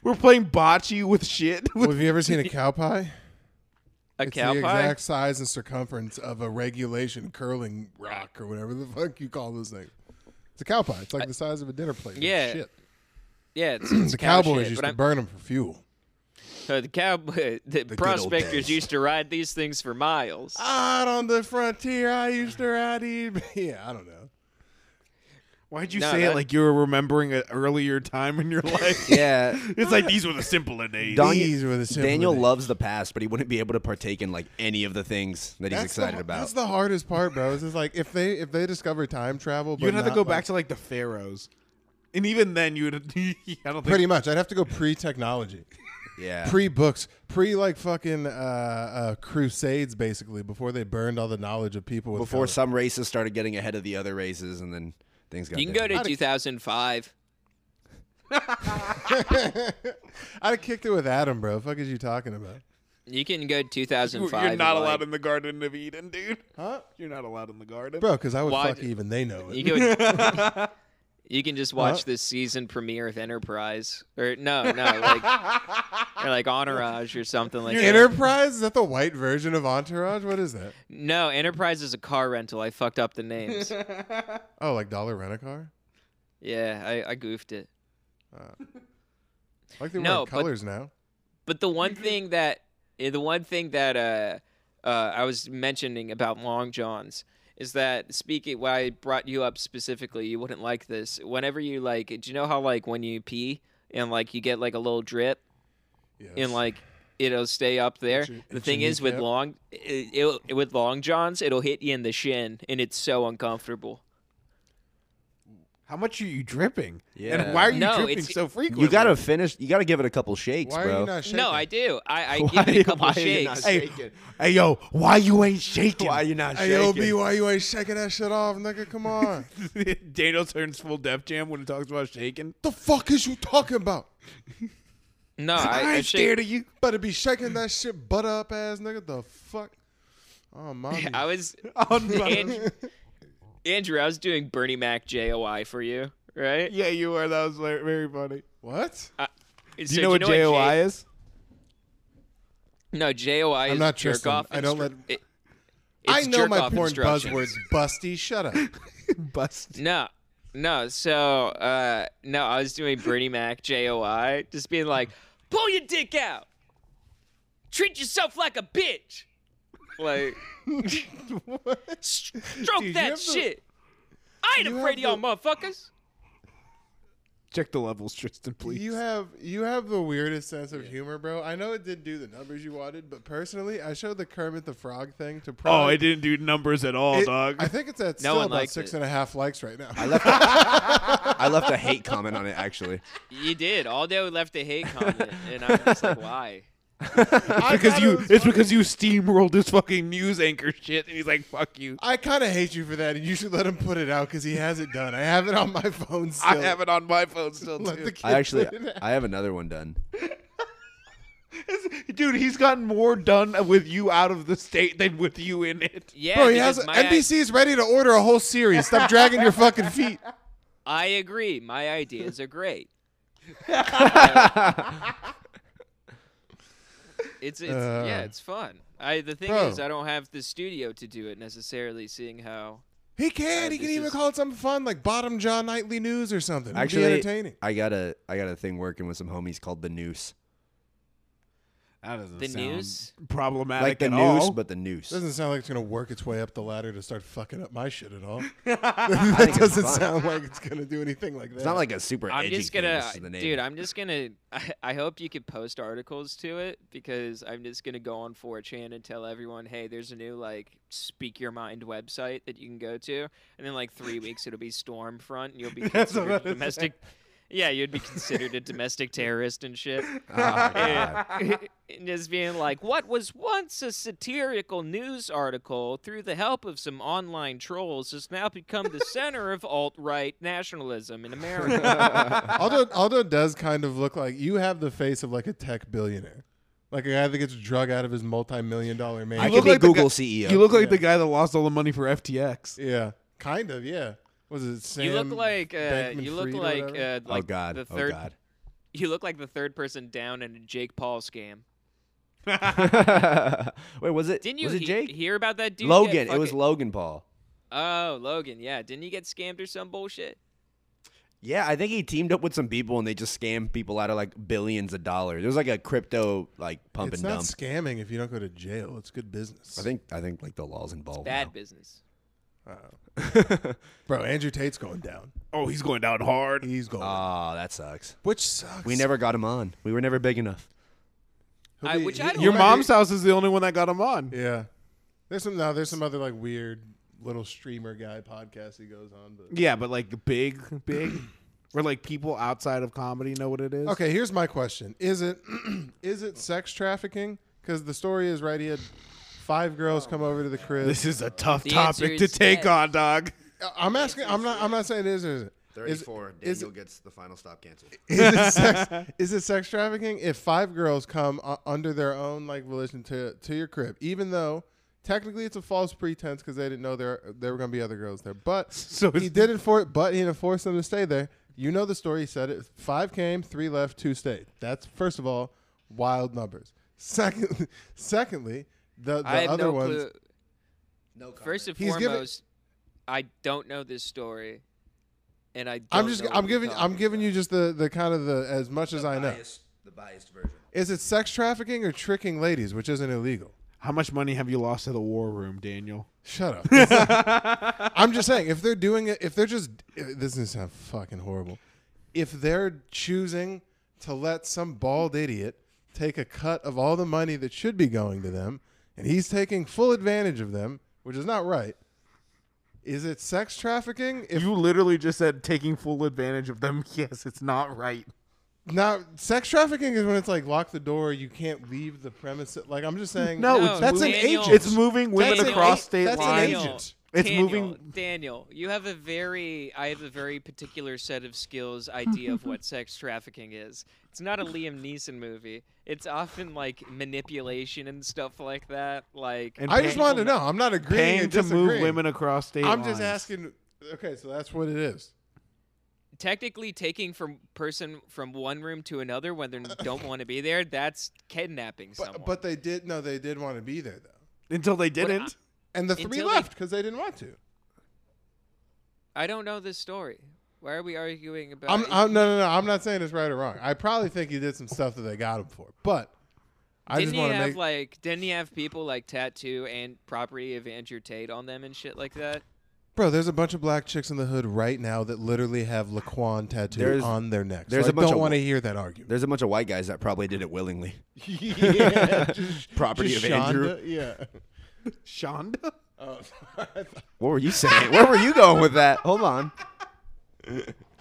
Speaker 3: We're playing bocce with shit.
Speaker 1: Well, have you ever seen a cow pie?
Speaker 2: A
Speaker 1: It's
Speaker 2: cow
Speaker 1: the
Speaker 2: pie.
Speaker 1: exact size and circumference of a regulation curling rock or whatever the fuck you call those things. It's a cow pie. It's like the size of a dinner plate. It's
Speaker 2: Yeah.
Speaker 1: shit.
Speaker 2: Yeah, it's, it's
Speaker 1: The
Speaker 2: cow
Speaker 1: Cowboys
Speaker 2: shit,
Speaker 1: used
Speaker 2: but
Speaker 1: to
Speaker 2: I'm-
Speaker 1: burn them for fuel.
Speaker 2: uh, the cow the,
Speaker 4: old
Speaker 2: prospectors
Speaker 4: days.
Speaker 2: used to ride these things for miles.
Speaker 1: Out on the frontier, I used to ride. it. Yeah, I don't know.
Speaker 3: Why'd you
Speaker 2: No,
Speaker 3: say it
Speaker 2: that-
Speaker 3: like you were remembering an earlier time in your life?
Speaker 4: Yeah.
Speaker 3: It's like these were the simpler days.
Speaker 4: Don-
Speaker 1: These were the simpler
Speaker 4: Daniel
Speaker 1: days.
Speaker 4: loves the past, but he wouldn't be able to partake in like any of the things that he's
Speaker 1: That's the
Speaker 4: excited
Speaker 1: har-
Speaker 4: about.
Speaker 1: That's the hardest part, bro. Is It's like if they if they discover time travel, but
Speaker 3: You'd have to
Speaker 1: not,
Speaker 3: go
Speaker 1: like-
Speaker 3: back to like the pharaohs, and even then you would. I don't think
Speaker 1: pretty much. I'd have to go pre technology,
Speaker 4: yeah.
Speaker 1: pre books, pre like fucking uh, uh, crusades, basically before they burned all the knowledge of people. With
Speaker 4: Before
Speaker 1: color.
Speaker 4: some races started getting ahead of the other races, and then things got.
Speaker 2: you can go to
Speaker 1: I'd-
Speaker 2: 2005.
Speaker 1: I'd have kicked it with Adam, bro. Fuck is you talking about?
Speaker 2: You can go to 2005.
Speaker 3: You're
Speaker 2: and,
Speaker 3: not
Speaker 2: like-
Speaker 3: allowed in the Garden of Eden, dude.
Speaker 1: Huh?
Speaker 3: You're not allowed in the garden.
Speaker 1: Bro, because I would
Speaker 2: Why
Speaker 1: fuck
Speaker 2: d-
Speaker 1: even they know it.
Speaker 2: You go. You can just watch
Speaker 1: Huh?
Speaker 2: this season premiere of Enterprise, or no, no, like or like Entourage or something like that.
Speaker 1: Enterprise? Is that the white version of Entourage? What is that?
Speaker 2: no, Enterprise is a car rental. I fucked up the names.
Speaker 1: Oh, like Dollar Rent a Car?
Speaker 2: yeah, I, I goofed it.
Speaker 1: Like they
Speaker 2: No,
Speaker 1: wear
Speaker 2: but-
Speaker 1: colors now.
Speaker 2: But the
Speaker 4: Mm-hmm.
Speaker 2: one thing that eh, the one thing that uh, uh, I was mentioning about Long Johns is that speaking why I brought you up specifically, you wouldn't like this. Whenever you like, do you know how like when you pee and like you get like a little drip
Speaker 1: Yes.
Speaker 2: and like it'll stay up there.
Speaker 1: At your-
Speaker 2: the
Speaker 1: at
Speaker 2: thing
Speaker 1: your
Speaker 2: is with
Speaker 1: kneecap.
Speaker 2: long it, it'll- with Long Johns, it'll hit you in the shin and it's so uncomfortable.
Speaker 3: How much are you dripping?
Speaker 4: Yeah.
Speaker 3: And why are you
Speaker 2: No,
Speaker 3: dripping
Speaker 2: it's-
Speaker 3: so frequently?
Speaker 4: You gotta finish. You gotta give it a couple shakes,
Speaker 1: Why
Speaker 4: bro.
Speaker 1: are you not shaking?
Speaker 2: No, I do. I, I
Speaker 4: Why
Speaker 2: give it
Speaker 4: you-
Speaker 2: a couple
Speaker 4: why are you not
Speaker 2: shakes.
Speaker 3: Hey,
Speaker 4: shaking?
Speaker 3: hey, yo, why you ain't shaking?
Speaker 4: Why you not
Speaker 1: Hey, OB,
Speaker 4: shaking?
Speaker 1: why you ain't shaking that shit off, nigga? Come on.
Speaker 3: Daniel turns full Def Jam when he talks about shaking.
Speaker 1: the fuck is you talking about?
Speaker 2: No, I,
Speaker 3: I,
Speaker 2: I
Speaker 3: ain't
Speaker 2: shake-
Speaker 3: scared of you.
Speaker 1: Better be shaking that shit butt up ass, nigga. The fuck? Oh, mommy.
Speaker 2: I was
Speaker 3: On my-
Speaker 2: Andrew, Andrew, I was doing Bernie Mac JOI for you, right?
Speaker 3: yeah, you were. That was very, very funny.
Speaker 1: what?
Speaker 2: So
Speaker 3: Do you know what JOI
Speaker 2: J-
Speaker 3: is?
Speaker 2: No, JOI
Speaker 1: I'm
Speaker 2: is
Speaker 1: not
Speaker 2: jerk
Speaker 1: Tristan.
Speaker 2: off.
Speaker 1: I don't let-
Speaker 2: it-
Speaker 1: I
Speaker 2: it's
Speaker 1: know my
Speaker 2: jerk-off
Speaker 1: porn
Speaker 2: instructions.
Speaker 1: buzzwords. Busty, shut up.
Speaker 3: Bust.
Speaker 2: No, no. So, uh, no, I was doing Bernie Mac JOI, just being like, pull your dick out, treat yourself like a bitch, like s- stroke
Speaker 1: Dude, you
Speaker 2: that
Speaker 1: have the-
Speaker 2: shit. I ain't
Speaker 1: you
Speaker 2: afraid of
Speaker 1: have
Speaker 2: y'all motherfuckers.
Speaker 3: Check the levels, Tristan, please.
Speaker 1: You have you have the weirdest sense of humor, bro. I know it didn't do the numbers you wanted, but personally, I showed the Kermit the Frog thing to. Prime.
Speaker 3: oh, it didn't do numbers at all,
Speaker 1: It-
Speaker 3: dog.
Speaker 1: I think it's at
Speaker 2: No
Speaker 1: still
Speaker 2: one
Speaker 1: about
Speaker 2: liked
Speaker 1: six
Speaker 2: it.
Speaker 1: and a half likes right now.
Speaker 4: I left. A, I left a hate comment on it actually.
Speaker 2: You did. Aldo left a hate comment, and I'm just like, why?
Speaker 1: I
Speaker 3: because
Speaker 1: thought
Speaker 3: you,
Speaker 1: it was
Speaker 3: it's
Speaker 1: funny.
Speaker 3: because you steamrolled this fucking news anchor shit, and he's like, "Fuck you."
Speaker 1: I kind of hate you for that, and you should let him put it out because he has it done. I have it on my phone still.
Speaker 3: I have it on my phone still
Speaker 1: Let
Speaker 3: too.
Speaker 1: the kid
Speaker 4: I actually,
Speaker 1: put it out.
Speaker 4: I have another one done.
Speaker 3: Dude, he's gotten more done with you out of the state than with you in it.
Speaker 2: Yeah,
Speaker 1: Bro, he
Speaker 2: because
Speaker 1: has
Speaker 2: my
Speaker 1: NBC is ready to order a whole series. Stop dragging your fucking feet.
Speaker 2: I agree. My ideas are great.
Speaker 3: Uh,
Speaker 2: it's it's yeah,
Speaker 1: Uh.
Speaker 2: it's fun. I the thing
Speaker 1: Bro.
Speaker 2: is, I don't have the studio to do it necessarily. Seeing how
Speaker 1: He can.
Speaker 2: Uh,
Speaker 1: he can
Speaker 2: this
Speaker 1: even
Speaker 2: is-
Speaker 1: call it something fun like Bottom Jaw Nightly News or something. It'd be
Speaker 4: Actually,
Speaker 1: entertaining.
Speaker 4: I got a, I got a thing working with some homies called the Noose,
Speaker 3: That doesn't
Speaker 2: The news?
Speaker 3: problematic
Speaker 4: like the
Speaker 3: at
Speaker 4: Noose,
Speaker 3: all.
Speaker 4: but the Noose.
Speaker 1: Doesn't sound like it's gonna work its way up the ladder to start fucking up my shit at all.
Speaker 4: I think
Speaker 1: that
Speaker 4: it's
Speaker 1: doesn't
Speaker 4: fun.
Speaker 1: sound like it's gonna do anything like that.
Speaker 4: It's not like a super
Speaker 2: I'm
Speaker 4: edgy
Speaker 2: just gonna,
Speaker 4: thing. This is the name.
Speaker 2: dude. I'm just gonna. I, I hope you could post articles to it because I'm just gonna go on 4chan and tell everyone, hey, there's a new like speak your mind website that you can go to, and then like three weeks it'll be Stormfront, and you'll be
Speaker 3: That's what
Speaker 2: considered a
Speaker 3: I was saying.
Speaker 2: domestic. Yeah, you'd be considered a domestic terrorist and shit.
Speaker 4: Oh, God.
Speaker 2: and just being like, what was once a satirical news article through the help of some online trolls has now become the center of alt right nationalism in America.
Speaker 1: Aldo Aldo does kind of look like you have the face of like a tech billionaire, like a guy that gets drug out of his multi-million dollar
Speaker 4: I
Speaker 1: mansion.
Speaker 4: could
Speaker 3: look
Speaker 4: be
Speaker 3: like the
Speaker 4: Google E
Speaker 3: guy-
Speaker 4: CEO.
Speaker 3: You look like
Speaker 1: Yeah.
Speaker 3: the guy that lost all the money for FTX.
Speaker 1: yeah, kind of. Yeah, was it Sam?
Speaker 2: you look like uh,
Speaker 1: Bankman
Speaker 2: you look
Speaker 1: Fried or
Speaker 2: like
Speaker 1: whatever?
Speaker 2: uh, like
Speaker 4: oh God!
Speaker 2: the third
Speaker 4: Oh God!
Speaker 2: you look like the third person down in a Jake Paul scam.
Speaker 4: Wait, was it?
Speaker 2: Didn't you
Speaker 4: was it
Speaker 2: he-
Speaker 4: Jake?
Speaker 2: hear about that dude?
Speaker 4: Logan.
Speaker 2: get
Speaker 4: It was
Speaker 2: fucking-
Speaker 4: Logan Paul.
Speaker 2: Oh, Logan. Yeah, didn't you get scammed or some bullshit?
Speaker 4: Yeah, I think he teamed up with some people and they just scammed people out of like billions of dollars. It was like a crypto like pump
Speaker 1: it's
Speaker 4: and
Speaker 1: not
Speaker 4: dump.
Speaker 1: scamming if you don't go to jail. It's good business.
Speaker 4: I think I think like the laws involved.
Speaker 2: Bad business.
Speaker 1: bro. Andrew Tate's going down.
Speaker 3: Oh, he's going down hard.
Speaker 1: He's going,
Speaker 4: now. Oh, that sucks.
Speaker 1: which sucks.
Speaker 4: We never got him on. We were never big enough.
Speaker 1: He'll
Speaker 2: I- which I don't
Speaker 1: he'll
Speaker 3: Your
Speaker 1: be-
Speaker 3: mom's house is the only one that got him on.
Speaker 1: Yeah, there's some now. There's some other like weird little streamer guy podcast he goes on, but.
Speaker 3: Yeah, but like big, big, where like people outside of comedy know what it is.
Speaker 1: Okay, here's my question: Is it is it sex trafficking? Because the story is right. He had five girls come over to the crib.
Speaker 3: This is a tough
Speaker 2: The answer
Speaker 3: topic to
Speaker 2: is
Speaker 3: take
Speaker 2: yes.
Speaker 3: on, dog.
Speaker 1: I'm asking. I'm not. I'm not saying it is or isn't. Is, is,
Speaker 4: gets the final stop canceled.
Speaker 1: is it sex, is it sex trafficking if five girls come uh, under their own like volition to to your crib, even though Technically, it's a false pretense because they didn't know there there were going to be other girls there. But
Speaker 3: So
Speaker 1: he
Speaker 3: it's-
Speaker 1: did it for it, but he didn't force them to stay there. You know the story. He said it. Five came, three left, two stayed. That's first of all, wild numbers. Secondly, secondly, the, the
Speaker 2: I have
Speaker 1: other
Speaker 2: no
Speaker 1: ones.
Speaker 2: clue.
Speaker 4: No comment.
Speaker 2: First and
Speaker 1: He's giving-
Speaker 2: foremost, I don't know this story, and I. Don't
Speaker 1: I'm just
Speaker 2: know what
Speaker 1: I'm
Speaker 2: you're
Speaker 1: giving
Speaker 2: talking
Speaker 1: I'm giving you just the the kind of the as much as I know.
Speaker 4: The biased version.
Speaker 1: Is it sex trafficking or tricking ladies, which isn't illegal?
Speaker 3: How much money have you lost to the war room, Daniel?
Speaker 1: Shut up. It's not- I'm just saying, if they're doing it, if they're just, this is gonna sound fucking horrible. If they're choosing to let some bald idiot take a cut of all the money that should be going to them, and he's taking full advantage of them, which is not right, is it sex trafficking? If
Speaker 3: You literally just said taking full advantage of them. Yes, it's not right.
Speaker 1: not, sex trafficking is when it's like lock the door, you can't leave the premise. Like I'm just saying,
Speaker 3: No,
Speaker 2: No,
Speaker 3: it's
Speaker 1: that's an
Speaker 2: Daniel-
Speaker 1: agent.
Speaker 3: It's moving women
Speaker 1: That's an
Speaker 3: across
Speaker 1: a-
Speaker 3: state
Speaker 1: that's an
Speaker 3: lines.
Speaker 1: agent.
Speaker 2: Daniel,
Speaker 3: It's
Speaker 2: Daniel,
Speaker 3: moving-
Speaker 2: Daniel, you have a very, I have a very particular set of skills idea of what sex trafficking is. It's not a Liam Neeson movie. It's often like manipulation and stuff like that. Like
Speaker 3: And
Speaker 1: I just
Speaker 3: paying-
Speaker 1: wanted to know. I'm not agreeing.
Speaker 3: Paying
Speaker 1: or
Speaker 3: to move
Speaker 1: disagreeing.
Speaker 3: women across state
Speaker 1: I'm
Speaker 3: lines.
Speaker 1: just asking. Okay, so that's what it is.
Speaker 2: technically taking from person from one room to another when they don't want to be there. That's kidnapping someone.
Speaker 1: But, but they did. No, they did want to be there though.
Speaker 3: Until they didn't.
Speaker 1: And the three
Speaker 2: Until they-
Speaker 1: left because they didn't want to.
Speaker 2: I don't know this story. Why are we arguing about?
Speaker 1: I'm,
Speaker 2: it?
Speaker 1: I'm no, no, no. I'm not saying it's right or wrong. I probably think he did some stuff that they got him for, but I
Speaker 2: didn't
Speaker 1: just
Speaker 2: he
Speaker 1: want to
Speaker 2: have
Speaker 1: make.
Speaker 2: like? Didn't he have people like tattoo and property of Andrew Tate on them and shit like that?
Speaker 1: bro, there's a bunch of black chicks in the hood right now that literally have Laquan tattooed
Speaker 4: There's-
Speaker 1: on their necks.
Speaker 4: there's
Speaker 1: so
Speaker 4: a bunch
Speaker 1: I don't
Speaker 4: of-
Speaker 1: want to hear that argument.
Speaker 4: There's a bunch of white guys that probably did it willingly.
Speaker 1: Just
Speaker 4: Property of Andrew.
Speaker 1: Shonda, Yeah.
Speaker 3: Shonda?
Speaker 1: Oh, sorry, I thought-
Speaker 4: What were you saying? Where were you going with that? Hold on.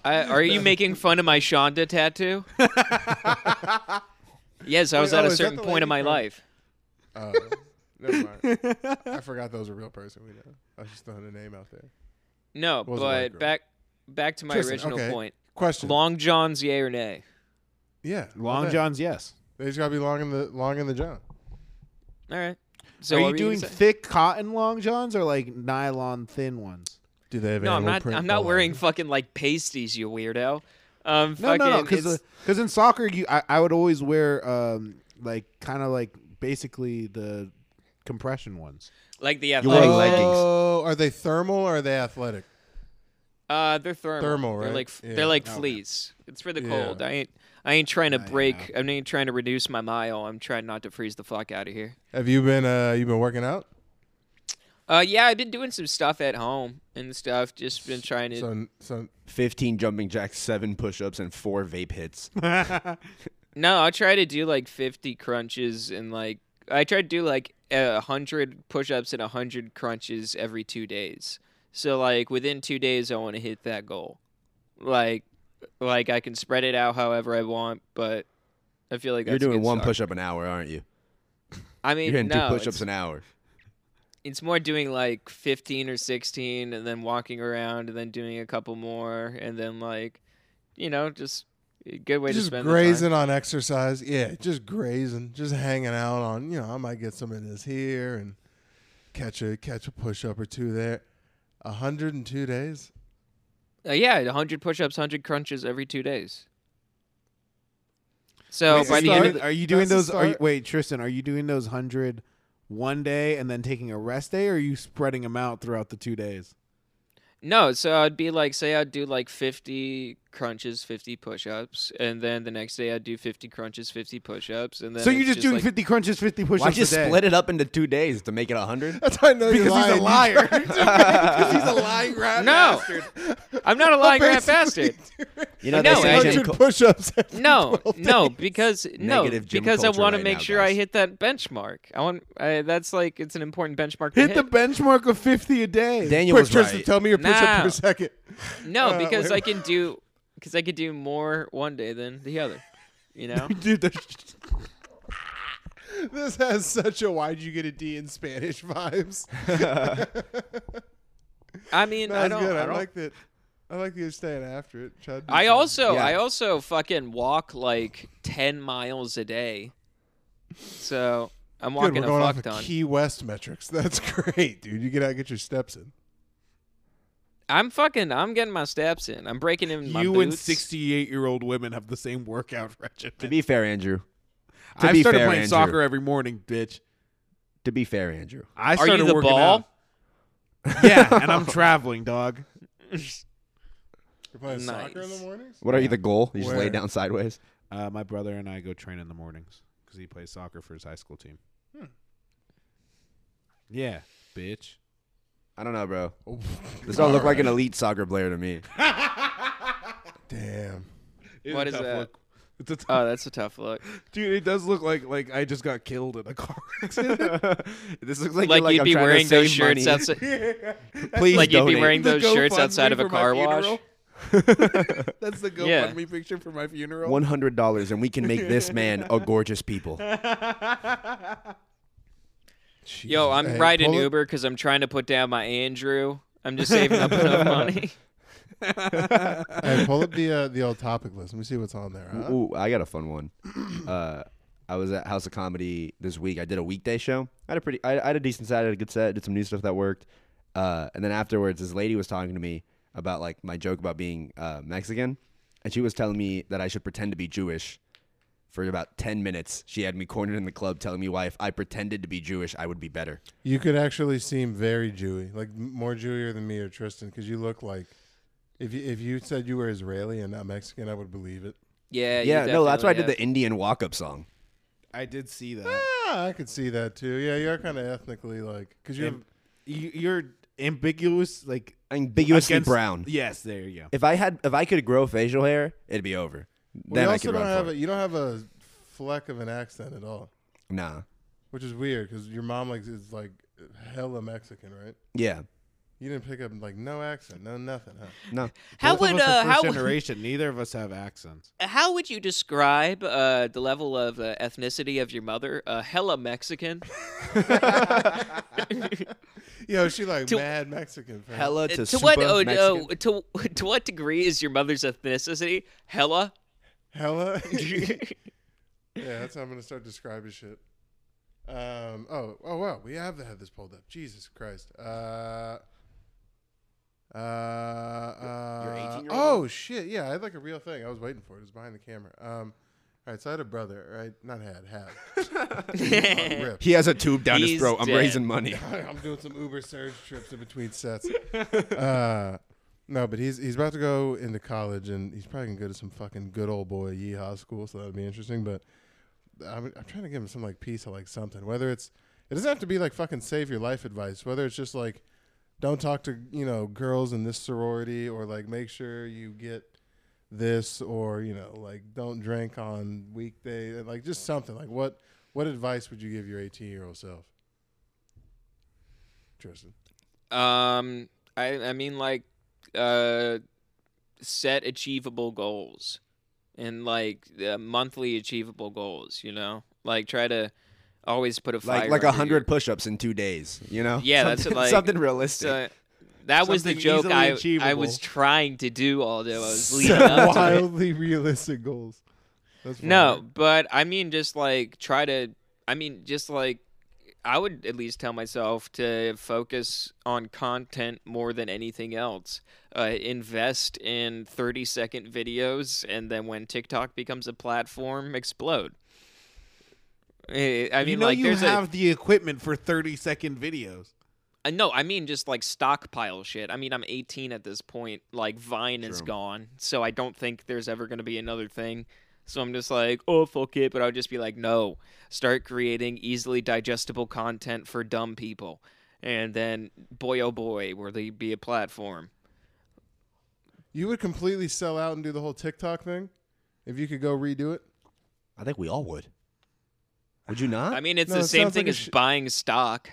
Speaker 2: I, are you making fun of my Shonda tattoo? yes, I was
Speaker 1: Wait,
Speaker 2: at
Speaker 1: oh,
Speaker 2: a
Speaker 1: is that
Speaker 2: certain
Speaker 1: the
Speaker 2: point
Speaker 1: lady
Speaker 2: in my
Speaker 1: from-
Speaker 2: life.
Speaker 1: Oh, never mind. I forgot that was a real person. We know. I was just throwing a name out there.
Speaker 2: No,
Speaker 1: was the white
Speaker 2: but
Speaker 1: girl?
Speaker 2: back back to my
Speaker 1: Tristan,
Speaker 2: original
Speaker 1: okay.
Speaker 2: point.
Speaker 1: Question.
Speaker 2: Long John's yay or nay?
Speaker 1: yeah.
Speaker 3: Long
Speaker 1: okay.
Speaker 3: John's, yes.
Speaker 1: They just gotta be long in the long in the john.
Speaker 2: All right. So
Speaker 3: Are
Speaker 2: what
Speaker 3: you
Speaker 2: were
Speaker 3: doing
Speaker 2: gonna say?
Speaker 3: thick cotton long johns or like nylon thin ones?
Speaker 1: Do they have
Speaker 2: No, I'm
Speaker 1: animal
Speaker 2: not.
Speaker 1: print
Speaker 2: I'm
Speaker 1: all
Speaker 2: not
Speaker 1: over
Speaker 2: wearing
Speaker 1: it?
Speaker 2: fucking like pasties, you weirdo. Um,
Speaker 3: No,
Speaker 2: fucking,
Speaker 3: no, no, because
Speaker 2: it's-
Speaker 3: in soccer, you I, I would always wear um like kind of like basically the compression ones.
Speaker 2: like the
Speaker 4: You're wearing
Speaker 2: athletic.
Speaker 4: leggings.
Speaker 1: Oh, are they thermal or are they athletic?
Speaker 2: Uh, they're thermal.
Speaker 1: Thermal,
Speaker 2: They're
Speaker 1: right?
Speaker 2: like
Speaker 1: Yeah.
Speaker 2: they're like
Speaker 1: Okay.
Speaker 2: fleas. It's for the
Speaker 1: Yeah.
Speaker 2: cold. I ain't I ain't trying to
Speaker 3: yeah.
Speaker 2: break. I ain't trying to reduce my mile. I'm trying not to freeze the fuck out of here.
Speaker 1: Have you been uh you been working out?
Speaker 2: Uh, yeah, I've been doing some stuff at home and stuff. Just been trying to.
Speaker 1: So so
Speaker 4: 15 jumping jacks, 7 push-ups and 4 vape hits.
Speaker 2: No, I'll try to do like 50 crunches and like I try to do like a hundred push-ups and a hundred crunches every two days. So like within two days, I want to hit that goal. Like, like I can spread it out however I want, but I feel like
Speaker 4: You're
Speaker 2: that's
Speaker 4: doing
Speaker 2: gonna
Speaker 4: one
Speaker 2: suck.
Speaker 4: push-up an hour, aren't you?
Speaker 2: I mean,
Speaker 4: You're hitting
Speaker 2: no,
Speaker 4: two push-ups
Speaker 2: it's-
Speaker 4: an hour.
Speaker 2: it's more doing like 15 or 16 and then walking around and then doing a couple more and then like you know just a good way to
Speaker 1: just
Speaker 2: spend the
Speaker 1: grazing on exercise. Yeah, just grazing, just hanging out on, you know, I might get some of this here and catch a catch a push up or two there. 102 days?
Speaker 2: time. Uh, yeah 100 push-ups 100 crunches every two days so
Speaker 1: Wait,
Speaker 2: by
Speaker 3: are,
Speaker 2: the
Speaker 3: you
Speaker 1: start-
Speaker 2: end of
Speaker 3: doing,
Speaker 2: the,
Speaker 3: are you doing
Speaker 1: that's the
Speaker 3: those? Are you,
Speaker 1: start.
Speaker 3: wait, Tristan, are you doing those hundred one day and then taking a rest day, or are you spreading them out throughout the two days?
Speaker 2: no so i'd be like say i'd do like 50 crunches 50 push-ups and then the next day i'd do 50 crunches 50 push-ups and then
Speaker 3: so you're
Speaker 2: it's
Speaker 3: just, doing
Speaker 2: like-
Speaker 3: 50 crunches, 50 push-ups
Speaker 4: Why just
Speaker 3: a day?
Speaker 4: split it up into 2 days to make it 100?
Speaker 1: That's how I know
Speaker 3: Because
Speaker 1: you're
Speaker 3: he's
Speaker 1: lying.
Speaker 3: a liar. Because he's a lying rat.
Speaker 2: no i'm not a lying rat
Speaker 1: basically
Speaker 2: bastard
Speaker 4: You know,
Speaker 2: No,
Speaker 4: they say
Speaker 2: actually-
Speaker 1: 100
Speaker 4: Jim Col-
Speaker 1: push ups.
Speaker 2: no, no, because no,
Speaker 4: Negative gym
Speaker 2: because I
Speaker 4: culture
Speaker 2: want to
Speaker 4: right
Speaker 2: make
Speaker 4: now,
Speaker 2: sure I
Speaker 4: guys.
Speaker 2: hit that benchmark. I want I, that's like it's an important benchmark to
Speaker 3: Hit
Speaker 2: hit.
Speaker 3: the benchmark of 50 a day.
Speaker 4: Daniel
Speaker 1: Quick,
Speaker 4: was
Speaker 1: Tristan,
Speaker 4: right.
Speaker 1: tell me your push up
Speaker 2: No.
Speaker 1: per second.
Speaker 2: no,
Speaker 1: uh,
Speaker 2: because
Speaker 1: wait.
Speaker 2: I can do because I could do more one day than the other. You know,
Speaker 3: Dude, the-
Speaker 1: This has such a why'd you get a D in Spanish vibes.
Speaker 2: I mean,
Speaker 1: That
Speaker 2: I
Speaker 1: was
Speaker 2: don't.
Speaker 1: good.
Speaker 2: I,
Speaker 1: I,
Speaker 2: don't-
Speaker 1: like that. I like that you're staying after it. Tried to do
Speaker 2: I
Speaker 1: something.
Speaker 2: also,
Speaker 4: Yeah.
Speaker 2: I also fucking walk like ten miles a day. So I'm
Speaker 1: Good,
Speaker 2: walking
Speaker 1: we're
Speaker 2: a
Speaker 1: going off
Speaker 2: fuck
Speaker 1: of
Speaker 2: ton.
Speaker 1: Key West metrics. That's great, dude. You get out, get your steps in.
Speaker 2: I'm fucking. I'm getting my steps in. I'm breaking in my
Speaker 3: you and
Speaker 2: boots.
Speaker 3: 68 year old women have the same workout regimen.
Speaker 4: To be fair, Andrew. To
Speaker 3: I
Speaker 4: be
Speaker 3: started
Speaker 4: fair,
Speaker 3: playing
Speaker 4: Andrew.
Speaker 3: soccer every morning, bitch.
Speaker 4: To be fair, Andrew.
Speaker 3: I
Speaker 2: Are you
Speaker 3: started
Speaker 2: the
Speaker 3: working
Speaker 2: ball?
Speaker 3: out. Yeah, and I'm traveling, dog.
Speaker 1: You're playing soccer in the
Speaker 2: Nice.
Speaker 1: mornings.
Speaker 4: What are you, the goal? You just lay
Speaker 1: Where?
Speaker 4: down sideways?
Speaker 3: Uh, my brother and I go train in the mornings because he plays soccer for his high school team.
Speaker 2: Hmm.
Speaker 3: Yeah, bitch.
Speaker 4: I don't know, bro. This don't look like an elite soccer player to me.
Speaker 1: Damn.
Speaker 3: It's
Speaker 2: What
Speaker 3: a
Speaker 2: is
Speaker 3: tough
Speaker 2: that?
Speaker 3: Look. It's a tough
Speaker 2: Oh, that's a tough look.
Speaker 3: dude. It does look like like I just got killed in a car accident.
Speaker 4: this looks like,
Speaker 2: Like,
Speaker 4: you're,
Speaker 2: you'd
Speaker 4: I'm
Speaker 2: be
Speaker 4: trying to
Speaker 2: wearing those
Speaker 4: save
Speaker 2: shirts
Speaker 4: money.
Speaker 2: outside.
Speaker 4: Please
Speaker 2: like you'd
Speaker 4: donate.
Speaker 2: be wearing
Speaker 3: The
Speaker 2: those shirts
Speaker 3: GoFundMe
Speaker 2: outside of a
Speaker 3: for my
Speaker 2: car wash.
Speaker 3: funeral? That's the GoFundMe
Speaker 2: Yeah.
Speaker 3: picture for my funeral.
Speaker 4: one hundred dollars, and we can make this man a gorgeous people.
Speaker 2: Yo, I'm
Speaker 1: Hey,
Speaker 2: riding
Speaker 1: pull it-
Speaker 2: Uber because I'm trying to put down my Andrew. I'm just saving up enough money.
Speaker 1: Hey, pull up the uh, the old topic list. Let me see what's on there. Huh?
Speaker 4: Ooh, I got a fun one. Uh, I was at House of Comedy this week. I did a weekday show. I had a pretty, I, I had a decent set. I had a good set. Did some new stuff that worked. Uh, and then afterwards, this lady was talking to me about like my joke about being uh, Mexican, and she was telling me that I should pretend to be Jewish. For about ten minutes, she had me cornered in the club, telling me why if I pretended to be Jewish, I would be better.
Speaker 1: You could actually seem very Jewy, like m- more Jewier than me or Tristan, because you look like. If you, if you said you were Israeli and not Mexican, I would believe it.
Speaker 2: Yeah, you
Speaker 4: Yeah, no, that's why I did
Speaker 2: definitely
Speaker 4: the Indian walk-up song.
Speaker 3: I did see that.
Speaker 1: Ah, I could see that too. Yeah, you are kind of ethnically like because you're.
Speaker 3: Am- you, you're ambiguous, like
Speaker 4: Ambiguously
Speaker 3: against-
Speaker 4: brown.
Speaker 3: Yes, there you go.
Speaker 4: If I had, if I could grow facial hair, it'd be over.
Speaker 1: Well,
Speaker 4: then
Speaker 1: you
Speaker 4: I
Speaker 1: also
Speaker 4: could
Speaker 1: don't
Speaker 4: run
Speaker 1: have
Speaker 4: for
Speaker 1: a,
Speaker 4: it.
Speaker 1: you don't have a fleck of an accent at all,
Speaker 4: Nah.
Speaker 1: which is weird because your mom like is like hella Mexican, right?
Speaker 4: Yeah.
Speaker 1: You didn't pick up like no accent, no nothing, huh?
Speaker 4: No.
Speaker 2: How
Speaker 3: Both of
Speaker 2: would
Speaker 3: us
Speaker 2: uh,
Speaker 3: are
Speaker 2: how
Speaker 3: first
Speaker 2: would
Speaker 3: generation? Neither of us have accents.
Speaker 2: How would you describe uh, the level of uh, ethnicity of your mother? Uh, hella Mexican.
Speaker 1: Yo, she like
Speaker 2: To-
Speaker 1: mad Mexican. fam.
Speaker 4: Hella to,
Speaker 2: to
Speaker 4: super
Speaker 2: what? Oh,
Speaker 4: Mexican.
Speaker 2: oh, to to what degree is your mother's ethnicity hella?
Speaker 1: hella. yeah, that's how I'm gonna start describing shit. Um. Oh. Oh. Wow. We have had this pulled up. Jesus Christ. Uh. Uh, uh,
Speaker 4: 18-year-old?
Speaker 1: oh shit! Yeah, I had like a real thing. I was waiting for it. It was behind the camera. Um, all right, so I had a brother, right? Not had, had. Fuck, rip.
Speaker 4: He has a tube down his
Speaker 2: He's
Speaker 4: throat. I'm
Speaker 2: dead.
Speaker 4: raising money.
Speaker 1: I'm doing some Uber surge trips in between sets. Uh, no, but he's he's about to go into college, and he's probably gonna go to some fucking good old boy yeehaw school, so that'd be interesting. But I'm, I'm trying to give him some like piece of like something. Whether it's it doesn't have to be like fucking save your life advice. Whether it's just like don't talk to you know girls in this sorority, or like make sure you get this, or you know like don't drink on weekday, like just something. Like what what advice would you give your 18 year old self? Tristan.
Speaker 2: Um, I I mean like, uh, set achievable goals, and like uh, monthly achievable goals. You know, like try to always put a fire
Speaker 4: Like like
Speaker 2: under
Speaker 4: a
Speaker 2: your-
Speaker 4: hundred push-ups in two days. You know?
Speaker 2: Yeah, that's
Speaker 4: something,
Speaker 2: like-
Speaker 4: something realistic.
Speaker 2: So that was the
Speaker 3: Something
Speaker 2: joke
Speaker 3: easily
Speaker 2: I, I
Speaker 3: achievable.
Speaker 2: was trying to do, although I was leading up to it.
Speaker 1: Wildly realistic goals. That's
Speaker 2: No,
Speaker 1: wild.
Speaker 2: but I mean, just like try to. I mean, just like I would at least tell myself to focus on content more than anything else. Uh, invest in thirty-second videos, and then when TikTok becomes a platform, explode. Eh, I mean,
Speaker 3: you know,
Speaker 2: like
Speaker 3: you
Speaker 2: there's
Speaker 3: have the equipment for 30 second videos.
Speaker 2: a uh, no. I mean, just like stockpile shit. I mean, I'm 18 at this point. Like Vine is
Speaker 4: True.
Speaker 2: gone, so I don't think there's ever gonna be another thing. So I'm just like, oh fuck it, but I'll just be like, no, start creating easily digestible content for dumb people, and then boy oh boy, will they be a platform?
Speaker 1: You would completely sell out and do the whole TikTok thing if you could go redo it.
Speaker 4: I think we all would. Would you not?
Speaker 2: I mean, it's
Speaker 1: No,
Speaker 2: the
Speaker 1: it
Speaker 2: same
Speaker 1: sounds like
Speaker 2: thing
Speaker 1: a
Speaker 2: as
Speaker 1: sh-
Speaker 2: buying stock.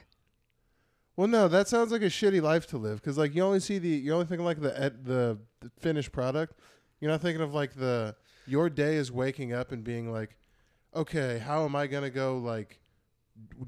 Speaker 1: Well, no, that sounds like a shitty life to live because like you only see the you're only thinking like the ed- the the finished product. You're not thinking of like the your day is waking up and being like, okay, how am I gonna go like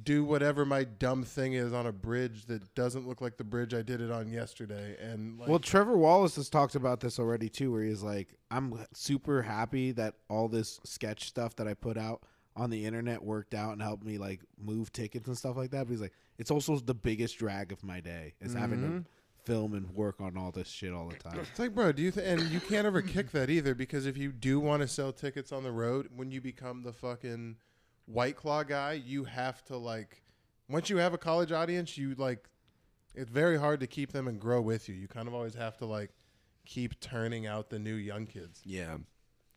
Speaker 1: do whatever my dumb thing is on a bridge that doesn't look like the bridge I did it on yesterday and like
Speaker 3: Well, Trevor Wallace has talked about this already too, where he's like, "I'm super happy that all this sketch stuff that I put out, on the internet worked out and helped me like move tickets and stuff like that. But he's like, it's also the biggest drag of my day is having
Speaker 1: Mm-hmm.
Speaker 3: to film and work on all this shit all the time.
Speaker 1: It's like, bro, do you th- and you can't ever kick that either because if you do want to sell tickets on the road, when you become the fucking white claw guy, you have to like once you have a college audience, you like it's very hard to keep them and grow with you. You kind of always have to like keep turning out the new young kids,
Speaker 4: Yeah.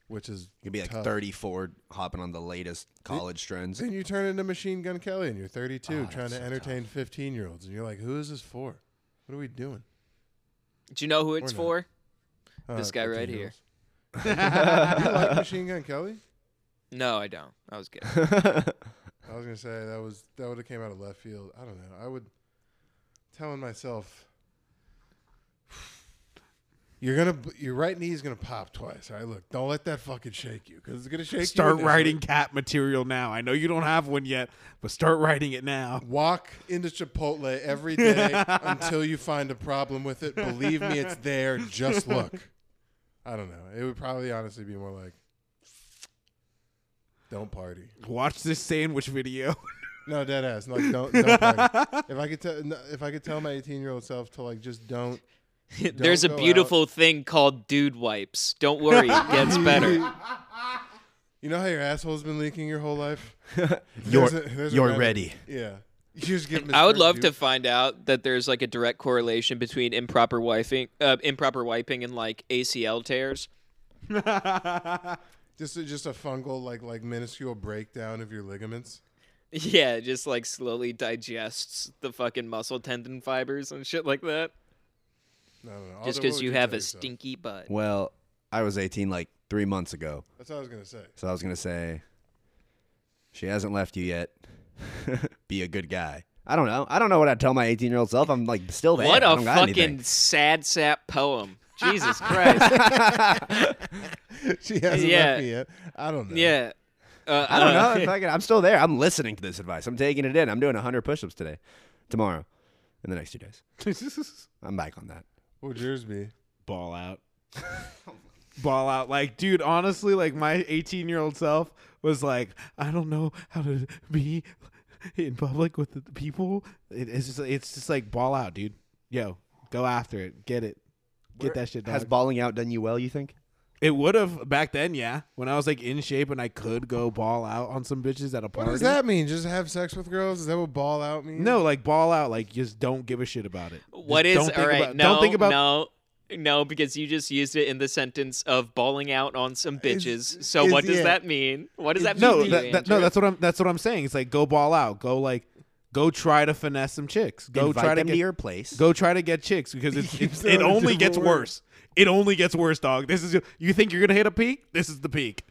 Speaker 1: which is
Speaker 4: You could be like
Speaker 1: tough.
Speaker 4: 34 hopping on the latest college trends.
Speaker 1: Then you turn into Machine Gun Kelly and you're 32
Speaker 4: Oh,
Speaker 1: trying to entertain 15 year olds, and you're like, who is this for? What are we doing?
Speaker 2: Do you know who it's
Speaker 1: not.
Speaker 2: for?
Speaker 1: Uh,
Speaker 2: This guy right here.
Speaker 1: 15-year-olds. you like Machine Gun Kelly?
Speaker 2: No, I don't. I was good.
Speaker 1: I was gonna say that was that would have came out of left field. I don't know. I would telling myself you're gonna your right knee's gonna pop twice. All right, look, don't let that fucking shake you because it's gonna shake. you
Speaker 3: Start
Speaker 1: initially.
Speaker 3: writing cat material now. I know you don't have one yet, but start writing it now.
Speaker 1: Walk into Chipotle every day until you find a problem with it. Believe me, it's there. Just look. I don't know. It would probably honestly be more like, don't party.
Speaker 3: Watch this sandwich video.
Speaker 1: No, dead ass. Like, don't. don't party. if I could tell, no, if I could tell my 18 year old self to like just don't
Speaker 2: There's a
Speaker 1: go out.
Speaker 2: beautiful thing called dude wipes. Don't worry, it gets better.
Speaker 1: You know how your asshole's been leaking your whole life?
Speaker 4: You're,
Speaker 1: There's a- there's a
Speaker 4: you're
Speaker 1: remedy.
Speaker 4: ready.
Speaker 1: Yeah. You just get
Speaker 2: I would
Speaker 1: Mr.
Speaker 2: love to
Speaker 1: Duke.
Speaker 2: find out that there's like a direct correlation between improper wiping, uh, improper wiping, and like ACL tears.
Speaker 1: just a, just a fungal like like minuscule breakdown of your ligaments.
Speaker 2: Yeah, it just like slowly digests the fucking muscle tendon fibers and shit like that.
Speaker 1: No, no, no.
Speaker 2: Just
Speaker 1: Although, what
Speaker 2: because
Speaker 1: would
Speaker 2: you have
Speaker 1: tell
Speaker 2: a
Speaker 1: yourself?
Speaker 2: stinky butt.
Speaker 4: Well, I was 18 like three months ago.
Speaker 1: That's what I was gonna say.
Speaker 4: So I was going to say, she hasn't left you yet. Be a good guy. I don't know. I don't know what I'd tell my 18 year old self. I'm like still there.
Speaker 2: What
Speaker 4: I
Speaker 2: a
Speaker 4: don't got
Speaker 2: fucking
Speaker 4: anything.
Speaker 2: sad sap poem. Jesus Christ.
Speaker 1: she hasn't
Speaker 2: Yeah.
Speaker 1: left me yet. I don't know.
Speaker 2: Yeah. Uh,
Speaker 4: I don't know. If I could, I'm still there. I'm listening to this advice. I'm taking it in. I'm doing 100 push ups today, tomorrow, in the next two days. I'm back on that.
Speaker 1: What would yours be?
Speaker 3: ball out. ball out. Like, dude, honestly, like my 18 year old self was like, I don't know how to be in public with the people. It- it's just, it's just like ball out, dude. Yo, go after it. Get it. Get that shit
Speaker 4: Has
Speaker 3: done.
Speaker 4: balling out done you well, you think?
Speaker 3: it would have back then, yeah. When I was like in shape and I could go ball out on some bitches at a
Speaker 1: What
Speaker 3: party.
Speaker 1: does that mean? Just have sex with girls? Is that what ball out means?
Speaker 3: No, like ball out, like just don't give a shit about it. Just
Speaker 2: What is
Speaker 3: don't think
Speaker 2: all right?
Speaker 3: about,
Speaker 2: no,
Speaker 3: don't think about
Speaker 2: no, no, because you just used it in the sentence of bawling out on some bitches. so
Speaker 1: is-
Speaker 2: what does
Speaker 1: yeah.
Speaker 2: that mean? What does that
Speaker 3: no,
Speaker 2: mean? to
Speaker 3: that,
Speaker 2: you,
Speaker 3: that- no,
Speaker 2: Andrew?
Speaker 3: that's what I'm. That's what I'm saying. It's like go ball out. Go like, go try to finesse some chicks. Go
Speaker 4: Invite
Speaker 3: try to
Speaker 4: them
Speaker 3: get
Speaker 4: to your place.
Speaker 3: go try to get chicks because it's, it's
Speaker 1: throwing
Speaker 3: it only
Speaker 1: different
Speaker 3: gets
Speaker 1: words.
Speaker 3: worse. It only gets worse, dog. This is you think you're gonna hit a peak. This is the peak.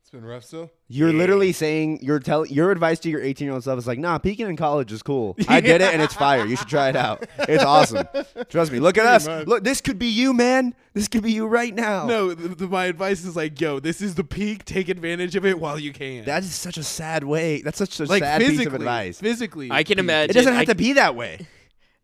Speaker 1: It's been rough still.
Speaker 4: You're literally saying you're tell your advice to your 18 year old self is like, nah, peeking in college is cool. I did it and it's fire. You should try it out. It's awesome. Trust me. Look at us.
Speaker 1: much.
Speaker 4: Look, this could be you, man. This could be you right now.
Speaker 3: No, th th- my advice is like, yo, this is the peak. Take advantage of it while you can.
Speaker 4: That is such a sad way. That's such a
Speaker 3: like
Speaker 4: sad
Speaker 3: physically,
Speaker 4: piece of advice.
Speaker 3: physically,
Speaker 2: I can
Speaker 4: It
Speaker 3: peak.
Speaker 2: imagine.
Speaker 4: doesn't have
Speaker 2: I-
Speaker 4: to be that way.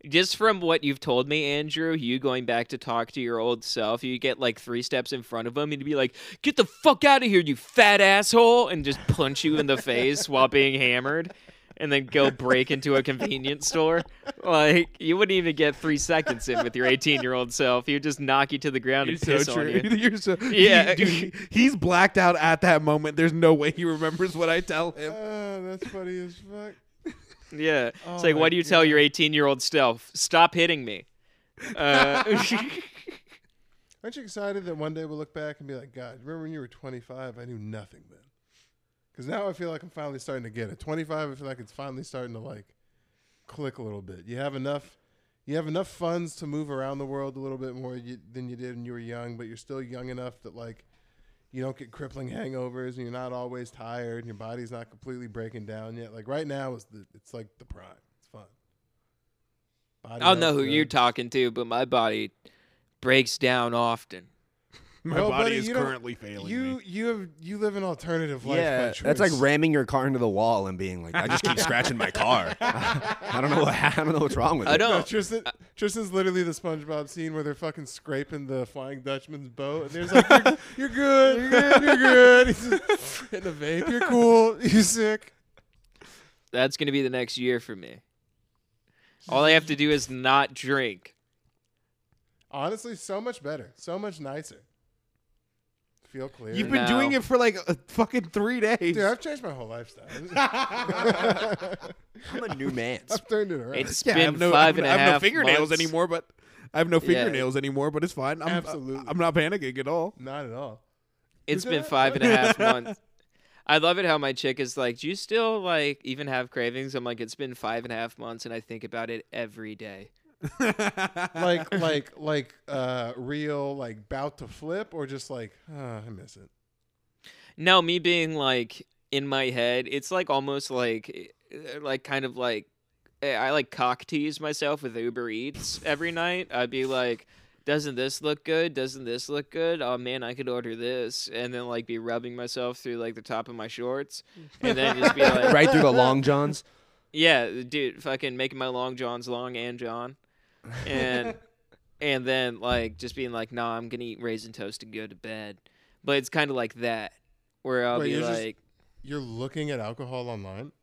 Speaker 2: just from what you've told me, Andrew. You going back to talk to your old self. You get like three steps in front of him, and he'd be like, "Get the fuck out of here, you fat asshole!" and just punch you in the face while being hammered. And then go break into a convenience store. Like you wouldn't even get three seconds in with your 18 year old self. He'd just knock you to the ground
Speaker 3: You're
Speaker 2: and
Speaker 3: so
Speaker 2: piss on
Speaker 3: true.
Speaker 2: you.
Speaker 3: You're so,
Speaker 2: Yeah.
Speaker 3: dude, he- he's blacked out at that moment. There's no way he remembers what I tell him.
Speaker 1: Ah, that's funny as fuck.
Speaker 2: Yeah. it's
Speaker 1: Oh
Speaker 2: like,
Speaker 1: my
Speaker 2: what do you tell your 18 year old self? Stop hitting me. Uh,
Speaker 1: Aren't you excited that one day we'll look back and be like, God, remember when you were 25? I knew nothing then. Because now I feel like I'm finally starting to get it. 25, I feel like it's finally starting to like click a little bit. You have enough, you have enough funds to move around the world a little bit more you, than you did when you were young, but you're still young enough that like you don't get crippling hangovers and you're not always tired and your body's not completely breaking down yet. Like right now is the, it's like the prime. It's fun.
Speaker 2: I
Speaker 1: Body
Speaker 2: don't know
Speaker 1: health
Speaker 2: who
Speaker 1: good.
Speaker 2: you're talking to, but my body breaks down often.
Speaker 3: My
Speaker 1: Well,
Speaker 3: body
Speaker 1: buddy,
Speaker 3: is
Speaker 1: you don't-
Speaker 3: currently failing.
Speaker 1: You
Speaker 3: me.
Speaker 1: you have you live an alternative life. by
Speaker 4: Yeah,
Speaker 1: choice.
Speaker 4: that's like ramming your car into the wall and being like, I just keep scratching my car. I don't know. What, I don't know what's wrong with it.
Speaker 2: I don't.
Speaker 1: Tristan, Tristan's literally the SpongeBob scene where they're fucking scraping the Flying Dutchman's boat, and there's like, "You're, you're good, you're good, you're good." He's just hitting a vape. You're cool. You sick?
Speaker 2: That's gonna be the next year for me. All I have to do is not drink.
Speaker 1: Honestly, so much better, so much nicer. Feel clear.
Speaker 3: You've been
Speaker 2: No.
Speaker 3: doing it for like uh, fucking three days.
Speaker 1: Dude, I've changed my whole lifestyle. I've
Speaker 4: I'm a new man.
Speaker 1: turned it around.
Speaker 2: It's
Speaker 3: Yeah, I have
Speaker 2: been
Speaker 3: no, I have
Speaker 2: five
Speaker 3: no-
Speaker 2: and a
Speaker 3: I
Speaker 2: half.
Speaker 3: have no fingernails
Speaker 2: months.
Speaker 3: anymore, but I have no
Speaker 2: Yeah.
Speaker 3: fingernails anymore, but it's fine. I'm,
Speaker 1: Absolutely.
Speaker 3: I'm not panicking at all.
Speaker 1: Not at all.
Speaker 2: It's
Speaker 1: Is
Speaker 2: been
Speaker 1: that-
Speaker 2: five and a half months. I love it how my chick is like, Do you still like even have cravings? I'm like, It's been five and a half months and I think about it every day.
Speaker 1: Like, like, like, uh, real, like, about to flip, or just like, "Ah, I miss it.
Speaker 2: No, me being like in my head, it's like almost like eh, like kind of like eh, I like cock tease myself with Uber Eats every night. I'd be like, doesn't this look good? Doesn't this look good? Oh man, I could order this, and then like be rubbing myself through like the top of my shorts, and then just be like,
Speaker 4: right through the long johns.
Speaker 2: yeah, dude, fucking making my long johns long and John, and and then like just being like, nah, I'm gonna eat raisin toast and go to bed. But it's kind of like that, where I'll
Speaker 1: Wait,
Speaker 2: be
Speaker 1: you're just-
Speaker 2: like.
Speaker 1: You're looking at alcohol online.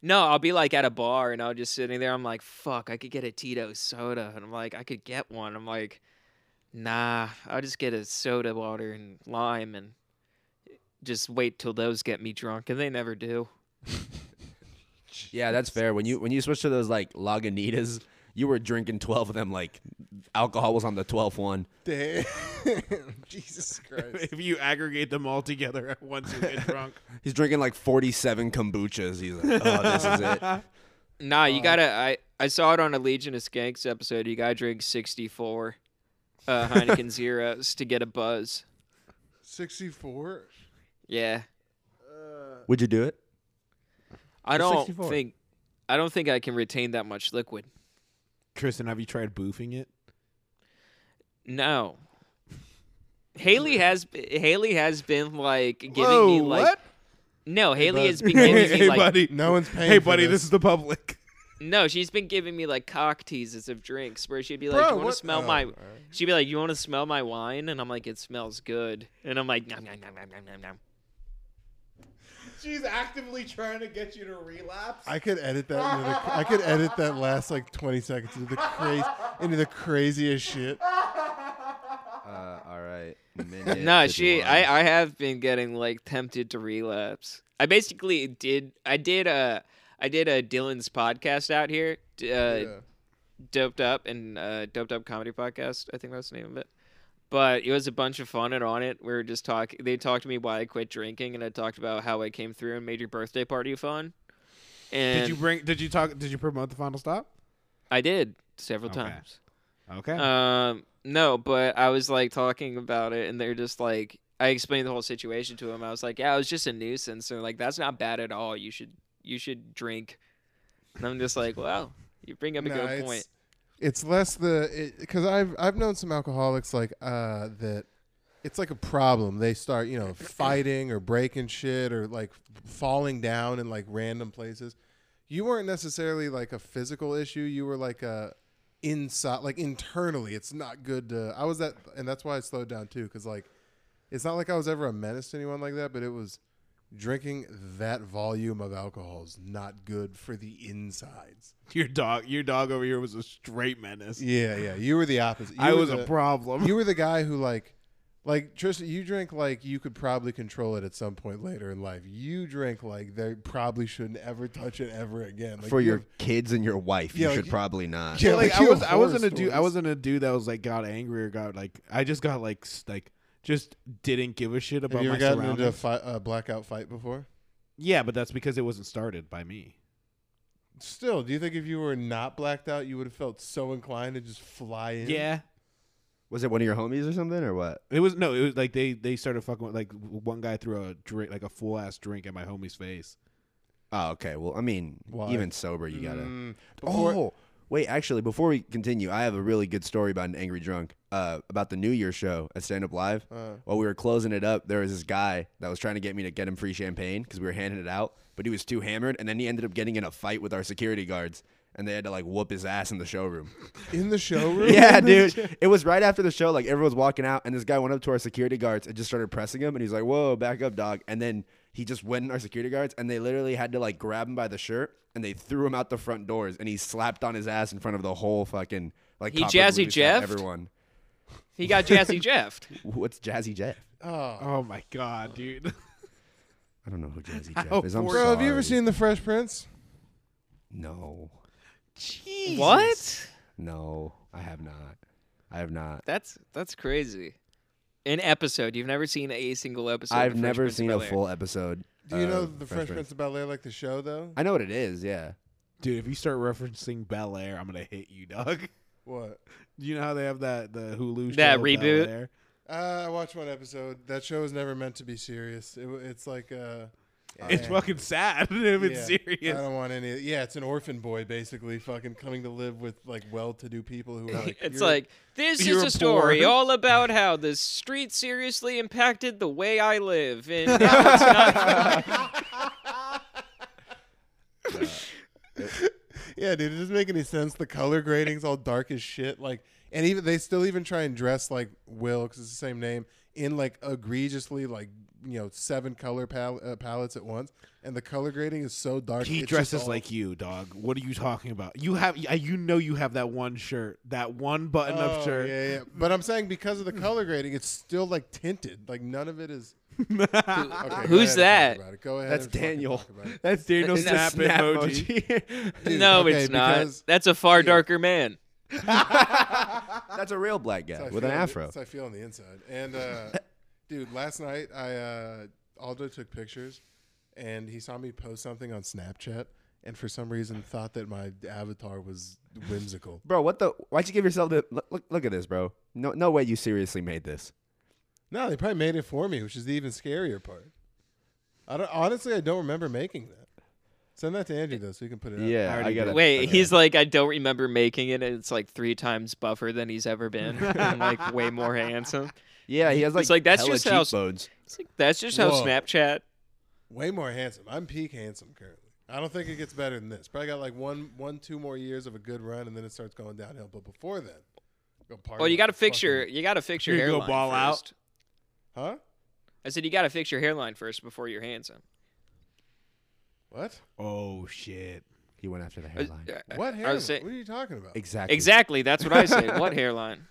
Speaker 2: No, I'll be like at a bar and I'll just sitting there. I'm like, fuck, I could get a Tito soda. And I'm like, I could get one. I'm like, nah, I'll just get a soda water and lime and just wait till those get me drunk. And they never do.
Speaker 4: Yeah, that's fair. When you when you switch to those like Lagunitas, you were drinking twelve of them. Like alcohol was on the twelfth one.
Speaker 1: Damn. Jesus Christ.
Speaker 3: if you aggregate them all together at once, you get drunk.
Speaker 4: He's drinking like forty-seven kombuchas. He's like, oh, this is it.
Speaker 2: Nah, you gotta. I, I saw it on a Legion of Skanks episode. You gotta drink 64 uh, Heineken Zeros to get a buzz.
Speaker 1: 64?
Speaker 2: Yeah.
Speaker 4: Would you do it?
Speaker 2: I don't
Speaker 3: 64.
Speaker 2: think. I don't think I can retain that much liquid.
Speaker 3: Kristen, have you tried boofing it?
Speaker 2: No. Haley has Haley has been like giving me like no Haley
Speaker 1: bud.
Speaker 2: has been giving me
Speaker 3: hey,
Speaker 2: like
Speaker 3: buddy.
Speaker 1: No one's paying
Speaker 3: Hey,
Speaker 1: for
Speaker 3: buddy,
Speaker 1: this.
Speaker 3: this is the public.
Speaker 2: no she's been giving me like cock teases of drinks where she'd be like
Speaker 1: Bro,
Speaker 2: you want
Speaker 1: what-
Speaker 2: to smell
Speaker 1: oh,
Speaker 2: my
Speaker 1: all right.
Speaker 2: she'd be like you want to smell my wine and I'm like it smells good and I'm like nom nom nom nom nom nom nom
Speaker 3: She's actively trying to get you to relapse.
Speaker 1: I could edit that. Into the, I could edit that last like 20 seconds into the crazy, into the craziest shit.
Speaker 4: Uh, all right.
Speaker 2: no she I I have been getting like tempted to relapse I basically did I did uh I did a Dylan's podcast out here d- uh
Speaker 1: Yeah.
Speaker 2: Doped Up and uh, Doped Up Comedy Podcast. I think that's the name of it. But it was a bunch of fun, and on it, we were just talking. They talked to me why I quit drinking, and I talked about how I came through and made your birthday party fun. And
Speaker 3: did you bring? Did you talk? Did you promote the final stop? Uh,
Speaker 2: I did several
Speaker 3: Okay.
Speaker 2: times.
Speaker 3: Okay.
Speaker 2: Um, no, but I was like talking about it, and they're just like, I explained the whole situation to him. I was like, yeah, I was just a nuisance, and like that's not bad at all. You should you should drink. And I'm just like, wow, you bring up a
Speaker 1: Nah,
Speaker 2: good
Speaker 1: it's-
Speaker 2: point.
Speaker 1: It's less the because I've I've known some alcoholics like uh, that. It's like a problem. They start you know fighting or breaking shit or like falling down in like random places. You weren't necessarily like a physical issue. You were like a inside like internally. It's not good to. I was that and that's why I slowed down too because like it's not like I was ever a menace to anyone like that. But it was drinking that volume of alcohol is not good for the insides.
Speaker 3: your dog. Your dog over here was a straight menace.
Speaker 1: Yeah, yeah. You were the opposite. You
Speaker 3: I
Speaker 1: were
Speaker 3: was
Speaker 1: the-
Speaker 3: a problem.
Speaker 1: you were the guy who like like Tristan, you drink like you could probably control it at some point later in life. You drink like they probably shouldn't ever touch it ever again. Like
Speaker 4: for
Speaker 1: you
Speaker 4: your
Speaker 1: have-
Speaker 4: kids and your wife,
Speaker 1: Yeah,
Speaker 4: you
Speaker 1: like,
Speaker 4: should probably not.
Speaker 1: yeah,
Speaker 3: like,
Speaker 1: like,
Speaker 3: I
Speaker 1: you
Speaker 3: was
Speaker 1: have
Speaker 3: I wasn't a
Speaker 1: horror
Speaker 3: dude I
Speaker 1: stories.
Speaker 3: wasn't a dude that was like got angry or got like I just got like s- like just didn't give a shit about
Speaker 1: Have you
Speaker 3: my
Speaker 1: ever gotten
Speaker 3: surroundings.
Speaker 1: into a fi- a blackout fight before?
Speaker 3: yeah, but that's because it wasn't started by me.
Speaker 1: Still, do you think if you were not blacked out, you would have felt so inclined to just fly in?
Speaker 3: Yeah.
Speaker 4: Was it one of your homies or something or what?
Speaker 3: It was no, it was like they they started fucking with, like w- one guy threw a drink like a full ass drink at my homie's face.
Speaker 4: Oh, okay. Well, I mean,
Speaker 1: Why?
Speaker 4: even sober, you gotta.
Speaker 1: Mm, before-
Speaker 4: Oh, wait. Actually, before we continue, I have a really good story about an angry drunk. Uh, about the New Year show at Stand Up Live.
Speaker 1: Uh.
Speaker 4: While we were closing it up, there was this guy that was trying to get me to get him free champagne because we were handing it out, but he was too hammered, and then he ended up getting in a fight with our security guards. and they had to like whoop his ass in the showroom.
Speaker 1: in the showroom.
Speaker 4: yeah, dude. It was right after the show. Like everyone was walking out, and this guy went up to our security guards and just started pressing him. And he's like, "Whoa, back up, dog!" And then he just went in our security guards, and they literally had to like grab him by the shirt, and they threw him out the front doors, and he slapped on his ass in front of the whole fucking like
Speaker 2: He
Speaker 4: Copper
Speaker 2: Jazzy
Speaker 4: Blue shop,
Speaker 2: Jeffed?
Speaker 4: everyone.
Speaker 2: He got Jazzy Jeffed.
Speaker 4: What's Jazzy Jeff?
Speaker 1: Oh.
Speaker 3: Oh my god, dude.
Speaker 4: I don't know who Jazzy Jeff
Speaker 3: How
Speaker 4: is. I'm
Speaker 3: poor-
Speaker 4: sorry.
Speaker 1: Bro, have you ever seen The Fresh Prince?
Speaker 4: No,
Speaker 3: Jeez.
Speaker 2: What?
Speaker 4: no, I have not. I have not.
Speaker 2: That's that's crazy. An episode. You've never seen a single episode. of
Speaker 4: I've
Speaker 2: Fresh
Speaker 4: never
Speaker 2: Prince of
Speaker 4: seen a
Speaker 2: Bel-Air.
Speaker 4: full episode.
Speaker 1: Do
Speaker 3: Uh,
Speaker 1: you know
Speaker 4: of
Speaker 1: The Fresh, Prince. of Bel Air like the show though?
Speaker 4: I know what it is. Yeah.
Speaker 3: Dude, if you start referencing Bel Air, I'm gonna hit you, dog.
Speaker 1: What?
Speaker 3: You know how they have that the Hulu
Speaker 2: That
Speaker 3: show,
Speaker 2: reboot?
Speaker 3: Bel-Air?
Speaker 1: Uh, I watched one episode. That show was never meant to be serious. It, w- it's like uh,
Speaker 3: It's
Speaker 1: eh,
Speaker 3: fucking sad if it's
Speaker 1: yeah.
Speaker 3: serious.
Speaker 1: I don't want any. Yeah, it's an orphan boy basically, fucking coming to live with like well-to-do people who are like.
Speaker 2: It's
Speaker 1: "You're-
Speaker 2: like this
Speaker 3: you're
Speaker 2: is
Speaker 3: poor.
Speaker 2: a story all about how the street seriously impacted the way I live, and now it's not
Speaker 1: Yeah, dude, it doesn't make any sense. The color grading's all dark as shit. Like, and even they still even try and dress like Will because it's the same name in like egregiously like you know seven color pal- uh, palettes at once, and the color grading is so dark.
Speaker 3: He
Speaker 1: it's just
Speaker 3: dresses
Speaker 1: all-
Speaker 3: like you, dog. What are you talking about? You have, I- you know, you have that one shirt, that one button-up
Speaker 1: Oh,
Speaker 3: shirt.
Speaker 1: Yeah, yeah. But I'm saying because of the color grading, it's still like tinted. Like none of it is. Okay, go
Speaker 2: Who's
Speaker 1: ahead and
Speaker 2: that?
Speaker 1: talk about it. Go ahead.
Speaker 4: That's
Speaker 1: and fucking
Speaker 4: Daniel.
Speaker 1: talk about it.
Speaker 3: That's Daniel
Speaker 2: Isn't that
Speaker 3: Snap,
Speaker 2: Snap
Speaker 3: emoji.
Speaker 1: Dude,
Speaker 2: no,
Speaker 1: okay,
Speaker 2: it's not.
Speaker 1: because-
Speaker 2: That's a far darker man.
Speaker 4: That's a real black guy
Speaker 1: That's how I
Speaker 4: with
Speaker 1: feel
Speaker 4: an
Speaker 1: on the-
Speaker 4: afro.
Speaker 1: That's how I feel on the inside. And uh, dude, last night I uh, Aldo took pictures, and he saw me post something on Snapchat, and for some reason thought that my avatar was whimsical.
Speaker 4: Bro, what the? Why'd you give yourself the look? Look, look at this, bro. No, no way you seriously made this.
Speaker 1: No, they probably made it for me, which is the even scarier part. I don't honestly, I don't remember making that. Send that to Andrew though, so you can put it. up.
Speaker 4: Yeah,
Speaker 3: I
Speaker 4: I,
Speaker 3: already
Speaker 4: gotta.
Speaker 3: did.
Speaker 2: Wait,
Speaker 4: okay.
Speaker 2: he's like, I don't remember making it, and it's like three times buffer than he's ever been, and like way more handsome.
Speaker 4: Yeah, he has like.
Speaker 2: It's like, that's
Speaker 4: hella
Speaker 2: just how-
Speaker 4: cheekbones.
Speaker 2: It's like that's just how
Speaker 1: Whoa.
Speaker 2: Snapchat.
Speaker 1: way more handsome. I'm peak handsome currently. I don't think it gets better than this. Probably got like one, one, two more years of a good run, and then it starts going downhill. But before then, go party
Speaker 2: Well, you
Speaker 1: like
Speaker 2: got to
Speaker 1: a
Speaker 2: fix your
Speaker 1: fucking-
Speaker 2: you got to fix your
Speaker 3: You're gonna
Speaker 2: hairline
Speaker 3: go ball out?
Speaker 2: first.
Speaker 1: huh?
Speaker 2: I said you got to fix your hairline first before you're handsome.
Speaker 1: What?
Speaker 3: Oh shit!
Speaker 4: He went after the
Speaker 2: I-
Speaker 4: hairline.
Speaker 2: I-
Speaker 1: What
Speaker 2: I
Speaker 1: hairline?
Speaker 2: was saying-
Speaker 1: what are you talking about?
Speaker 4: Exactly.
Speaker 2: Uh, exactly. That's what I said. What hairline?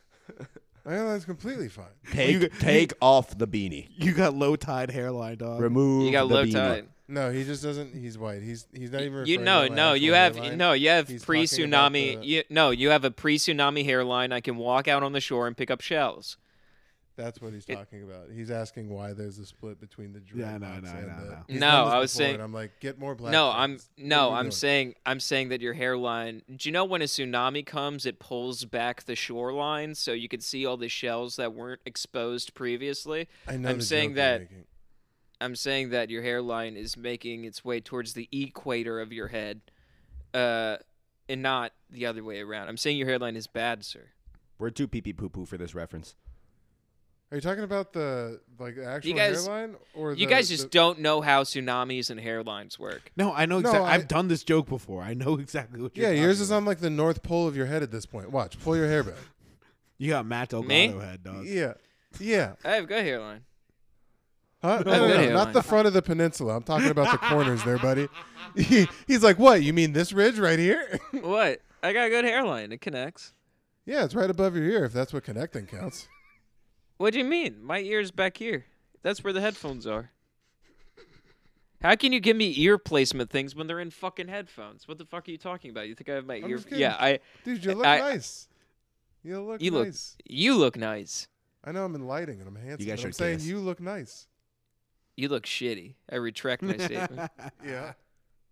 Speaker 1: My hairline's completely fine.
Speaker 4: Take,
Speaker 3: You-
Speaker 4: take off the beanie.
Speaker 3: You got low tide hairline, dog.
Speaker 4: Remove.
Speaker 2: You got
Speaker 4: the
Speaker 2: low
Speaker 4: beanie.
Speaker 2: tide.
Speaker 1: No, he just doesn't. He's white. He's he's not even.
Speaker 2: You
Speaker 1: referring
Speaker 2: no
Speaker 1: to my
Speaker 2: no
Speaker 1: actual
Speaker 2: you have
Speaker 1: hairline.
Speaker 2: no you have
Speaker 1: He's
Speaker 2: pre
Speaker 1: talking about
Speaker 2: tsunami
Speaker 1: the-
Speaker 2: you no you have a pre tsunami hairline. I can walk out on the shore and pick up shells.
Speaker 1: That's what he's
Speaker 2: It-
Speaker 1: talking about. He's asking why there's a split between the dreadlocks
Speaker 3: Yeah, no, no,
Speaker 1: and
Speaker 3: no,
Speaker 1: the.
Speaker 3: no.
Speaker 1: He's
Speaker 2: No,
Speaker 1: done this
Speaker 2: I was
Speaker 1: before,
Speaker 2: saying-
Speaker 1: And I'm like, get more black.
Speaker 2: no, I'm
Speaker 1: friends. What are
Speaker 2: no
Speaker 1: you
Speaker 2: I'm
Speaker 1: doing?
Speaker 2: saying I'm saying that your hairline. Do you know when a tsunami comes, it pulls back the shoreline so you could see all the shells that weren't exposed previously.
Speaker 1: I know
Speaker 2: I'm
Speaker 1: the
Speaker 2: saying
Speaker 1: joke you're
Speaker 2: that-
Speaker 1: making.
Speaker 2: I'm saying that your hairline is making its way towards the equator of your head, uh, and not the other way around. I'm saying your hairline is bad, sir.
Speaker 4: We're too pee pee poo poo for this reference.
Speaker 1: Are you talking about the like the actual
Speaker 2: guys-
Speaker 1: hairline or
Speaker 2: You
Speaker 1: the-
Speaker 2: guys
Speaker 1: the-
Speaker 2: just don't know how tsunamis and hairlines work.
Speaker 3: No, I know
Speaker 1: No,
Speaker 3: exactly.
Speaker 1: I-
Speaker 3: I've done this joke before. I know exactly what. You're
Speaker 1: Yeah, yours
Speaker 3: talking
Speaker 1: is
Speaker 3: about.
Speaker 1: on like the north pole of your head at this point. Watch, pull your hair back.
Speaker 3: You got Matt
Speaker 2: Me?
Speaker 3: Delgado head, dog.
Speaker 1: yeah, yeah.
Speaker 2: I have good hairline.
Speaker 1: Huh? No,
Speaker 2: Oh,
Speaker 1: no,
Speaker 2: good
Speaker 1: no,
Speaker 2: hairline.
Speaker 1: not the front of the peninsula. I'm talking about the corners there, buddy. He's like, what? You mean this ridge right here?
Speaker 2: What? I got a good hairline. It connects.
Speaker 1: yeah, it's right above your ear, if that's what connecting counts.
Speaker 2: What do you mean? My ear's back here. That's where the headphones are. How can you give me ear placement things when they're in fucking headphones? What the fuck are you talking about? You think I have my
Speaker 1: I'm
Speaker 2: ear?
Speaker 1: just kidding.
Speaker 2: Yeah, I.
Speaker 1: Dude, you look
Speaker 2: I-
Speaker 1: nice. You look
Speaker 2: You
Speaker 1: nice.
Speaker 2: look. You look nice.
Speaker 1: I know I'm in lighting and I'm handsome.
Speaker 4: guys
Speaker 1: but I'm
Speaker 4: should
Speaker 1: saying
Speaker 4: kiss.
Speaker 1: you look nice.
Speaker 2: You look shitty. I retract my statement.
Speaker 1: Yeah.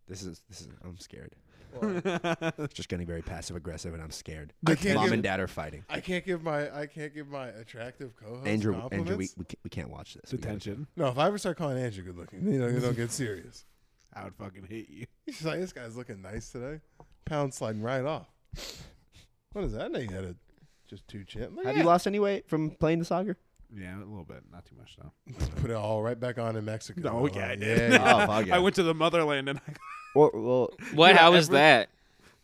Speaker 4: This is this is. I'm scared.
Speaker 3: Dude,
Speaker 4: It's just getting very passive aggressive, and I'm scared.
Speaker 1: I can't
Speaker 4: Mom
Speaker 1: give-
Speaker 4: and dad are fighting.
Speaker 1: I can't give my I can't give my attractive co-host
Speaker 4: Andrew,
Speaker 1: compliments.
Speaker 4: Andrew, we, we can't- we can't watch this. We gotta-
Speaker 3: Detention.
Speaker 1: no, if I ever start calling Andrew good looking, you know, you don't get serious.
Speaker 3: I would fucking hit you.
Speaker 1: He's like, this guy's looking nice today. Pound sliding right off. What is that? Now you had a just two chin. Look
Speaker 4: Have
Speaker 1: at
Speaker 4: you lost any weight from playing the soccer?
Speaker 3: Yeah, a little bit, not too much though.
Speaker 1: Put it all right back on in Mexico.
Speaker 3: No, yeah, I did.
Speaker 1: Yeah, yeah.
Speaker 4: Oh, fuck yeah.
Speaker 3: I went to the motherland and I
Speaker 4: Well, well
Speaker 2: What?
Speaker 3: Yeah,
Speaker 2: How was
Speaker 3: every-
Speaker 2: that?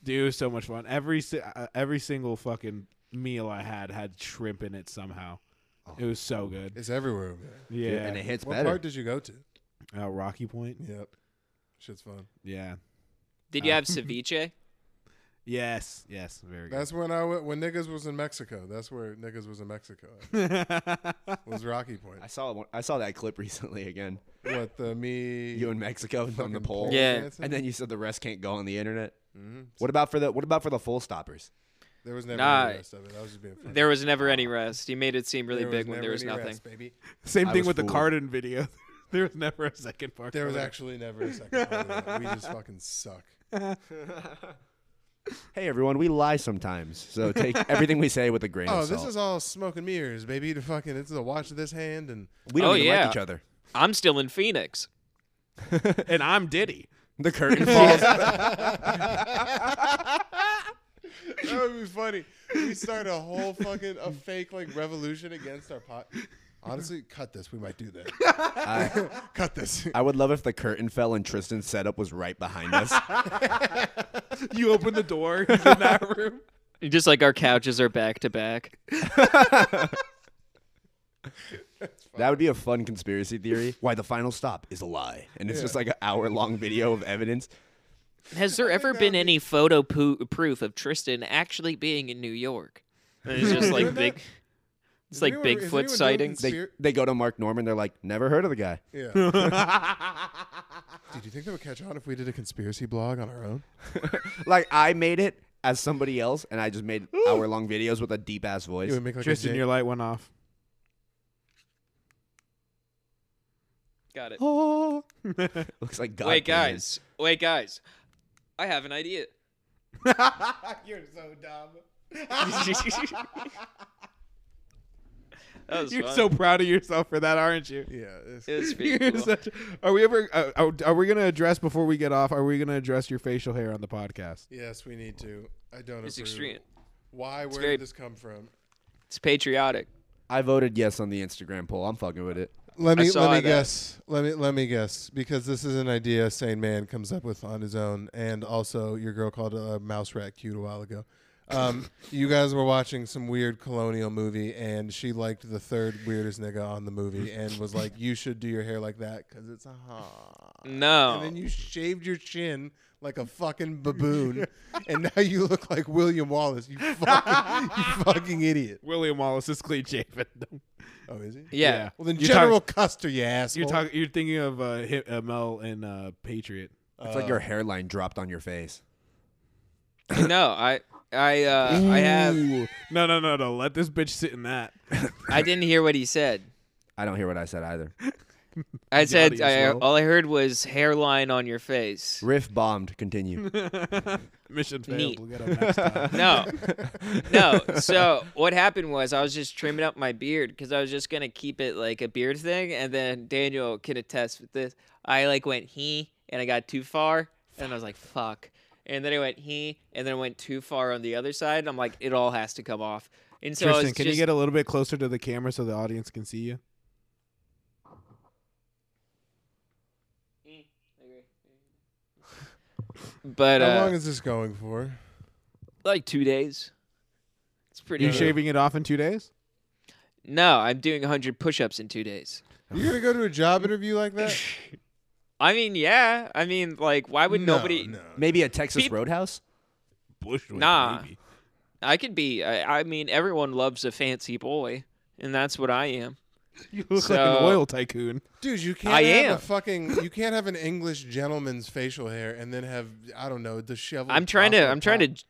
Speaker 3: Dude, it was so much fun. Every si- uh, every single fucking meal I had had shrimp in it somehow. Oh, It was so good.
Speaker 1: It's everywhere. over there.
Speaker 3: Yeah.
Speaker 4: and it hits
Speaker 1: What
Speaker 4: better.
Speaker 1: part did you go to?
Speaker 3: Uh, Rocky Point.
Speaker 1: Yep. Shit's fun.
Speaker 3: Yeah.
Speaker 2: Did you
Speaker 1: Ah.
Speaker 2: have ceviche?
Speaker 3: Yes. Yes. Very good.
Speaker 1: That's when I went, when niggas was in Mexico. That's where niggas was in Mexico. was Rocky Point.
Speaker 4: I saw one- I saw that clip recently again.
Speaker 1: What the me?
Speaker 4: You in Mexico and on the
Speaker 1: fucking
Speaker 4: pole.
Speaker 2: Yeah. Mm-hmm.
Speaker 4: And then you said the rest can't go on the internet.
Speaker 1: hmm
Speaker 4: What about for the What about for the full stoppers?
Speaker 1: there was never
Speaker 2: Nah.
Speaker 1: any rest of it. I was just being funny.
Speaker 2: There was never any rest. You made it seem really
Speaker 1: There
Speaker 2: big when
Speaker 1: never
Speaker 2: there was
Speaker 1: any
Speaker 2: nothing.
Speaker 1: rest, baby.
Speaker 3: Same
Speaker 4: I
Speaker 3: thing
Speaker 4: was
Speaker 3: with the
Speaker 4: fooled.
Speaker 3: Cardin video. there was never a second part.
Speaker 1: There was
Speaker 3: for that.
Speaker 1: actually never a second. part of that. We just fucking suck.
Speaker 4: Hey everyone, we lie sometimes, so take everything we say with a grain
Speaker 1: Oh,
Speaker 4: of salt.
Speaker 1: this is all smoke and mirrors, baby. To fucking, it's a watch this hand and
Speaker 4: we don't
Speaker 2: Oh,
Speaker 4: even
Speaker 2: yeah.
Speaker 4: like each other.
Speaker 2: I'm still in Phoenix.
Speaker 3: and I'm Diddy.
Speaker 4: The curtain falls.
Speaker 1: that would be funny. We start a whole fucking a fake like revolution against our pot. Honestly, cut this. We might do that. cut this.
Speaker 4: I would love if the curtain fell and Tristan's setup was right behind us.
Speaker 3: You open the door. He's in that room.
Speaker 2: Just like our couches are back to back.
Speaker 4: that would be a fun conspiracy theory. Why the final stop is a lie, and it's just like an hour long video of evidence.
Speaker 2: Has there ever been any photo po- proof of Tristan actually being in New York? And it's just like
Speaker 1: Doing
Speaker 2: big.
Speaker 1: that?
Speaker 2: It's like
Speaker 1: anyone- is
Speaker 2: Bigfoot
Speaker 1: anyone doing
Speaker 2: sightings.
Speaker 1: cons-
Speaker 4: They
Speaker 1: Spir-
Speaker 4: they go to Mark Norman. They're like, never heard of the guy.
Speaker 1: Yeah. Dude, do you think that would catch on if we did a conspiracy blog on our own?
Speaker 4: Like I made it as somebody else, and I just made hour long videos with a deep ass
Speaker 1: It
Speaker 4: voice.
Speaker 1: would make like a
Speaker 3: Tristan,
Speaker 1: J-
Speaker 3: your light went off.
Speaker 2: Got it.
Speaker 4: Oh. Looks like God.
Speaker 2: Wait,
Speaker 4: came in.
Speaker 2: guys. Oh, Wait, guys. I have an idea.
Speaker 3: You're so dumb.
Speaker 2: that was
Speaker 3: You're
Speaker 2: fun.
Speaker 3: so proud of yourself for that, aren't you?
Speaker 1: Yeah. it's-
Speaker 2: It was pretty
Speaker 3: You're
Speaker 2: cool.
Speaker 3: such- are we ever? Uh, are, are we gonna address before we get off? Are we gonna address your facial hair on the podcast?
Speaker 1: yes, we need to. I don't.
Speaker 2: It's
Speaker 1: approve.
Speaker 2: extreme.
Speaker 1: Why? Where
Speaker 2: very-
Speaker 1: did this come from?
Speaker 2: It's patriotic.
Speaker 4: I voted yes on the Instagram poll. I'm fucking with it.
Speaker 1: Let
Speaker 2: I
Speaker 1: me
Speaker 2: saw
Speaker 1: let me
Speaker 2: that.
Speaker 1: guess. Let me let me guess because this is an idea a sane man comes up with on his own, and also your girl called a mouse rat cute a while ago. Um, you guys were watching some weird colonial movie, and she liked the third weirdest nigga on the movie, and was like, "You should do your hair like that because it's a hot."
Speaker 2: No.
Speaker 1: And then you shaved your chin like a fucking baboon, and now you look like William Wallace. You fucking, you fucking idiot.
Speaker 3: William Wallace is clean shaven.
Speaker 1: Oh, is he?
Speaker 2: yeah.
Speaker 1: Well, then
Speaker 3: You're
Speaker 1: General Custer, you asshole.
Speaker 3: You're talking. You're thinking of uh, Hi- uh, Mel and uh, Patriot.
Speaker 4: It's
Speaker 1: Uh.
Speaker 4: like your hairline dropped on your face.
Speaker 2: No, I I uh, I have
Speaker 3: Ooh. No, no, no, no. Let this bitch sit in that.
Speaker 2: I didn't hear what he said.
Speaker 4: I don't hear what I said either.
Speaker 2: I said
Speaker 3: as
Speaker 2: I,
Speaker 3: well.
Speaker 2: all I heard was hairline on your face.
Speaker 4: Riff bombed. Continue.
Speaker 3: Mission failed.
Speaker 2: Neat.
Speaker 3: We'll get him next time.
Speaker 2: No. No. So what happened was I was just trimming up my beard because I was just gonna keep it like a beard thing, and then Daniel can attest with this. I like went he and I got too far, and I was like fuck, and then I went he, and then I went too far on the other side. And I'm like it all has to come off. And so I
Speaker 3: Tristan,
Speaker 2: was
Speaker 3: can
Speaker 2: just,
Speaker 3: you get a little bit closer to the camera so the audience can see you?
Speaker 2: but
Speaker 1: How
Speaker 2: uh,
Speaker 1: long is this going for?
Speaker 2: like two days. It's pretty.
Speaker 3: You're
Speaker 2: good.
Speaker 3: shaving it off in two days?
Speaker 2: No, I'm doing 100 push-ups in two days.
Speaker 1: You're gonna go to a job interview like that?
Speaker 2: I mean, yeah. I mean, like, why would
Speaker 1: No,
Speaker 2: nobody?
Speaker 1: No.
Speaker 4: Maybe a Texas
Speaker 2: Peep-
Speaker 4: Roadhouse.
Speaker 3: Bushwick,
Speaker 2: Nah. maybe. I could be. I, I mean, everyone loves a fancy boy, and that's what I am.
Speaker 3: You look like
Speaker 2: So-
Speaker 3: an oil tycoon.
Speaker 1: Dude, you can't
Speaker 2: I
Speaker 1: have a
Speaker 2: am.
Speaker 1: fucking you can't have an English gentleman's facial hair and then have I don't know, disheveled.
Speaker 2: I'm trying to.
Speaker 1: Afro
Speaker 2: I'm trying to
Speaker 1: pop.
Speaker 2: j-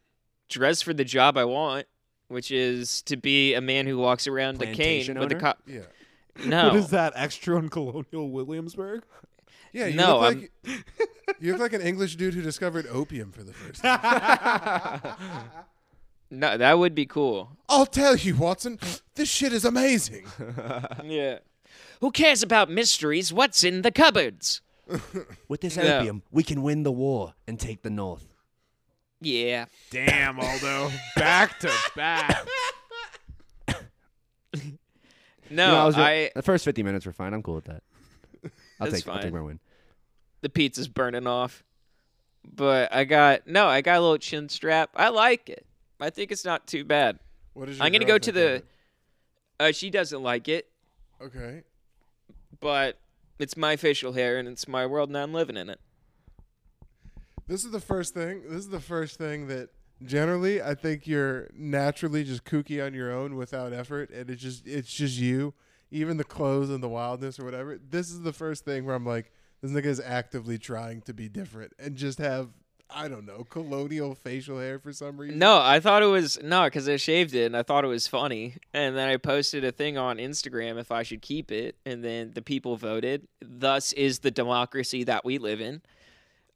Speaker 2: dress for the job I want, which is to be a man who walks around a cane
Speaker 4: Plantation
Speaker 2: with a
Speaker 4: owner?
Speaker 2: cop.
Speaker 1: Yeah.
Speaker 2: No,
Speaker 3: What is that extra on Colonial Williamsburg?
Speaker 1: Yeah, you
Speaker 2: No,
Speaker 1: look like you look like an English dude who discovered opium for the first time.
Speaker 2: no, that would be cool.
Speaker 1: I'll tell you, Watson, this shit is amazing.
Speaker 2: yeah. Who cares about mysteries? What's in the cupboards?
Speaker 4: With this
Speaker 2: Yeah.
Speaker 4: opium, we can win the war and take the North.
Speaker 2: Yeah.
Speaker 3: Damn, Aldo. back to back.
Speaker 2: No,
Speaker 4: You know, I was-
Speaker 2: I.
Speaker 4: the first 50 minutes were fine. I'm cool with that. I'll
Speaker 2: That's
Speaker 4: take, I'll take
Speaker 2: fine.
Speaker 4: my win.
Speaker 2: The pizza's burning off. but I got no, I got a little chin strap. I like it. I think it's not too bad.
Speaker 1: What is your
Speaker 2: I'm gonna go
Speaker 1: girl
Speaker 2: to
Speaker 1: think
Speaker 2: the.
Speaker 1: of
Speaker 2: Uh, she doesn't like it,
Speaker 1: it? Okay.
Speaker 2: but it's my facial hair and it's my world, and I'm living in it.
Speaker 1: This is the first thing. This is the first thing that generally I think you're naturally just kooky on your own without effort, and it's just it's just you. Even the clothes and the wildness or whatever. This is the first thing where I'm like, this nigga is actively trying to be different and just have I don't know colonial facial hair for some reason.
Speaker 2: No, I thought it was no, because I shaved it and I thought it was funny, and then I posted a thing on Instagram if I should keep it, and then the people voted. Thus is the democracy that we live in.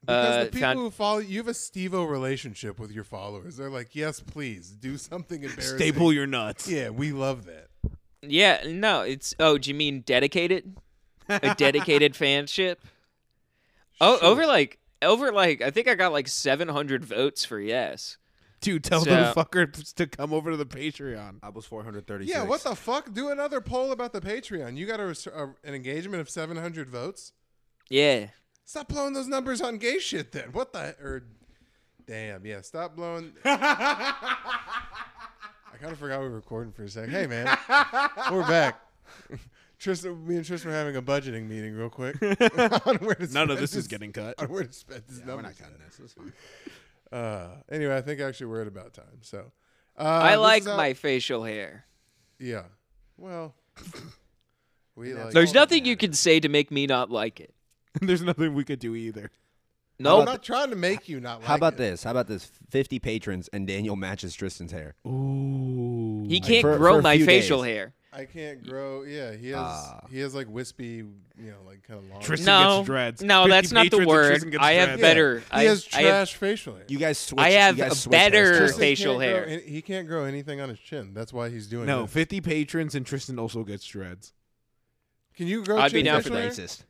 Speaker 1: because
Speaker 2: uh,
Speaker 1: the people
Speaker 2: found-
Speaker 1: who follow you have a Stevo relationship with your followers. They're like, yes, please do something embarrassing.
Speaker 3: Staple your nuts.
Speaker 1: Yeah, we love that.
Speaker 2: Yeah, no, it's oh, do you mean dedicated? A dedicated fanship? Oh, over like over like I think I got like 700 votes for yes.
Speaker 3: Dude, tell
Speaker 2: So-
Speaker 3: the fucker to come over to the Patreon.
Speaker 4: I was 436.
Speaker 1: Yeah, what the fuck? Do another poll about the Patreon. You got a, res- a, an engagement of 700 votes?
Speaker 2: Yeah.
Speaker 1: Stop blowing those numbers on gay shit then. What the or damn, yeah, stop blowing I kind of forgot we were recording for a sec. Hey man. we're back. Tristan me and Tristan are having a budgeting meeting real quick. on where to
Speaker 3: None of
Speaker 1: spend
Speaker 3: this is getting cut.
Speaker 1: on where to spend this number.
Speaker 4: We're not cutting this. It's fine.
Speaker 1: Uh anyway, I think actually we're at about time. So uh,
Speaker 2: I
Speaker 1: this
Speaker 2: like
Speaker 1: is how-
Speaker 2: my facial hair.
Speaker 1: Yeah. Well we like
Speaker 2: There's nothing you can say to make me not like it.
Speaker 3: There's nothing we could do either.
Speaker 1: I'm
Speaker 2: No,
Speaker 1: not trying to make you not like
Speaker 4: How about
Speaker 1: it.
Speaker 4: this? How about this? 50 patrons and Daniel matches Tristan's hair.
Speaker 3: Ooh.
Speaker 2: he can't
Speaker 4: for-
Speaker 2: grow
Speaker 4: for a
Speaker 2: my
Speaker 4: few
Speaker 2: facial
Speaker 4: days.
Speaker 2: hair.
Speaker 1: I can't grow. Yeah, he has
Speaker 4: Ah.
Speaker 1: he has like wispy, you know, like kind of long.
Speaker 3: Tristan
Speaker 2: No,
Speaker 3: gets dreads.
Speaker 2: no,
Speaker 3: 50
Speaker 2: that's not the
Speaker 3: patrons and
Speaker 2: word.
Speaker 3: Tristan gets
Speaker 2: I have
Speaker 1: Yeah.
Speaker 3: dreads.
Speaker 2: better.
Speaker 1: He
Speaker 2: I-
Speaker 1: has
Speaker 2: I
Speaker 1: trash
Speaker 2: have-
Speaker 1: facial hair.
Speaker 4: You guys switch.
Speaker 2: I have
Speaker 4: you guys
Speaker 2: a
Speaker 4: switch hairstyles.
Speaker 2: better-
Speaker 1: Tristan
Speaker 2: facial
Speaker 1: can't grow
Speaker 2: hair.
Speaker 1: any- he can't grow anything on his chin. That's why he's doing.
Speaker 3: No,
Speaker 1: this.
Speaker 3: 50 patrons and Tristan also gets dreads.
Speaker 1: can you grow?
Speaker 2: I'd be
Speaker 1: chin
Speaker 2: down
Speaker 1: facial
Speaker 2: for
Speaker 1: hair?
Speaker 2: that.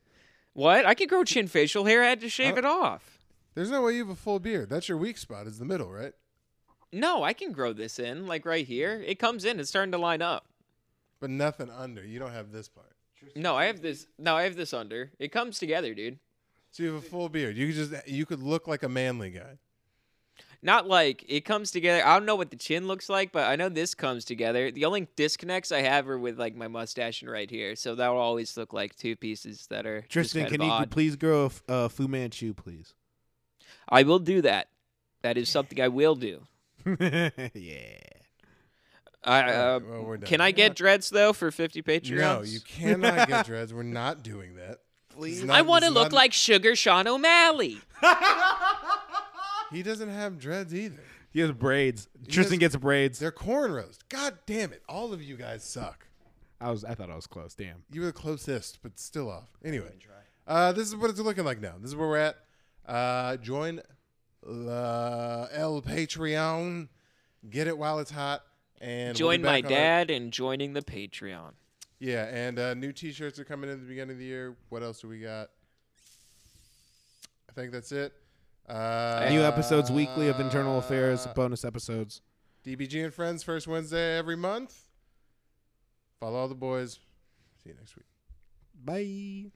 Speaker 2: What? I could grow chin facial hair. I had to shave
Speaker 1: Oh.
Speaker 2: it off.
Speaker 1: There's no way you have a full beard. That's your weak spot. Is the middle, right?
Speaker 2: No, I can grow this in, like right here. It comes in. It's starting to line up.
Speaker 1: But nothing under. You don't have this part.
Speaker 2: No, I have this. No, I have this under. It comes together, dude.
Speaker 1: So you have a full beard. You could just you could look like a manly guy.
Speaker 2: Not like it comes together. I don't know what the chin looks like, but I know this comes together. The only disconnects I have are with like my mustache and right here, so that will always look like two pieces that are. just
Speaker 3: Tristan,
Speaker 2: kind
Speaker 3: can
Speaker 2: of
Speaker 3: you
Speaker 2: odd.
Speaker 3: please grow a f- a Fu Manchu, please?
Speaker 2: I will do that. That is something I will do.
Speaker 3: yeah.
Speaker 2: I,
Speaker 1: All
Speaker 2: uh,
Speaker 1: right, well, we're done.
Speaker 2: can I get dreads though for fifty Patreons?
Speaker 1: No, you cannot get dreads. We're not doing that. Please.
Speaker 2: I want to look like Sugar Sean O'Malley.
Speaker 1: He doesn't have dreads either.
Speaker 3: He has braids. Tristan
Speaker 1: has-
Speaker 3: gets braids.
Speaker 1: They're cornrows. God damn it! All of you guys suck.
Speaker 3: I was I thought I was close. Damn.
Speaker 1: You were the closest, but still off. Anyway, uh, this is what it's looking like now. This is where we're at. Uh, join the El Patreon. Get it while it's hot. And we'll be
Speaker 2: Join my
Speaker 1: back on our-
Speaker 2: dad and joining the Patreon.
Speaker 1: yeah, and uh, new T-shirts are coming in at the beginning of the year. What else do we got? I think that's it. Uh,
Speaker 3: New episodes weekly of Internal Affairs, bonus episodes.
Speaker 1: DBG and friends, first Wednesday every month. Follow all the boys. See you next week.
Speaker 3: Bye.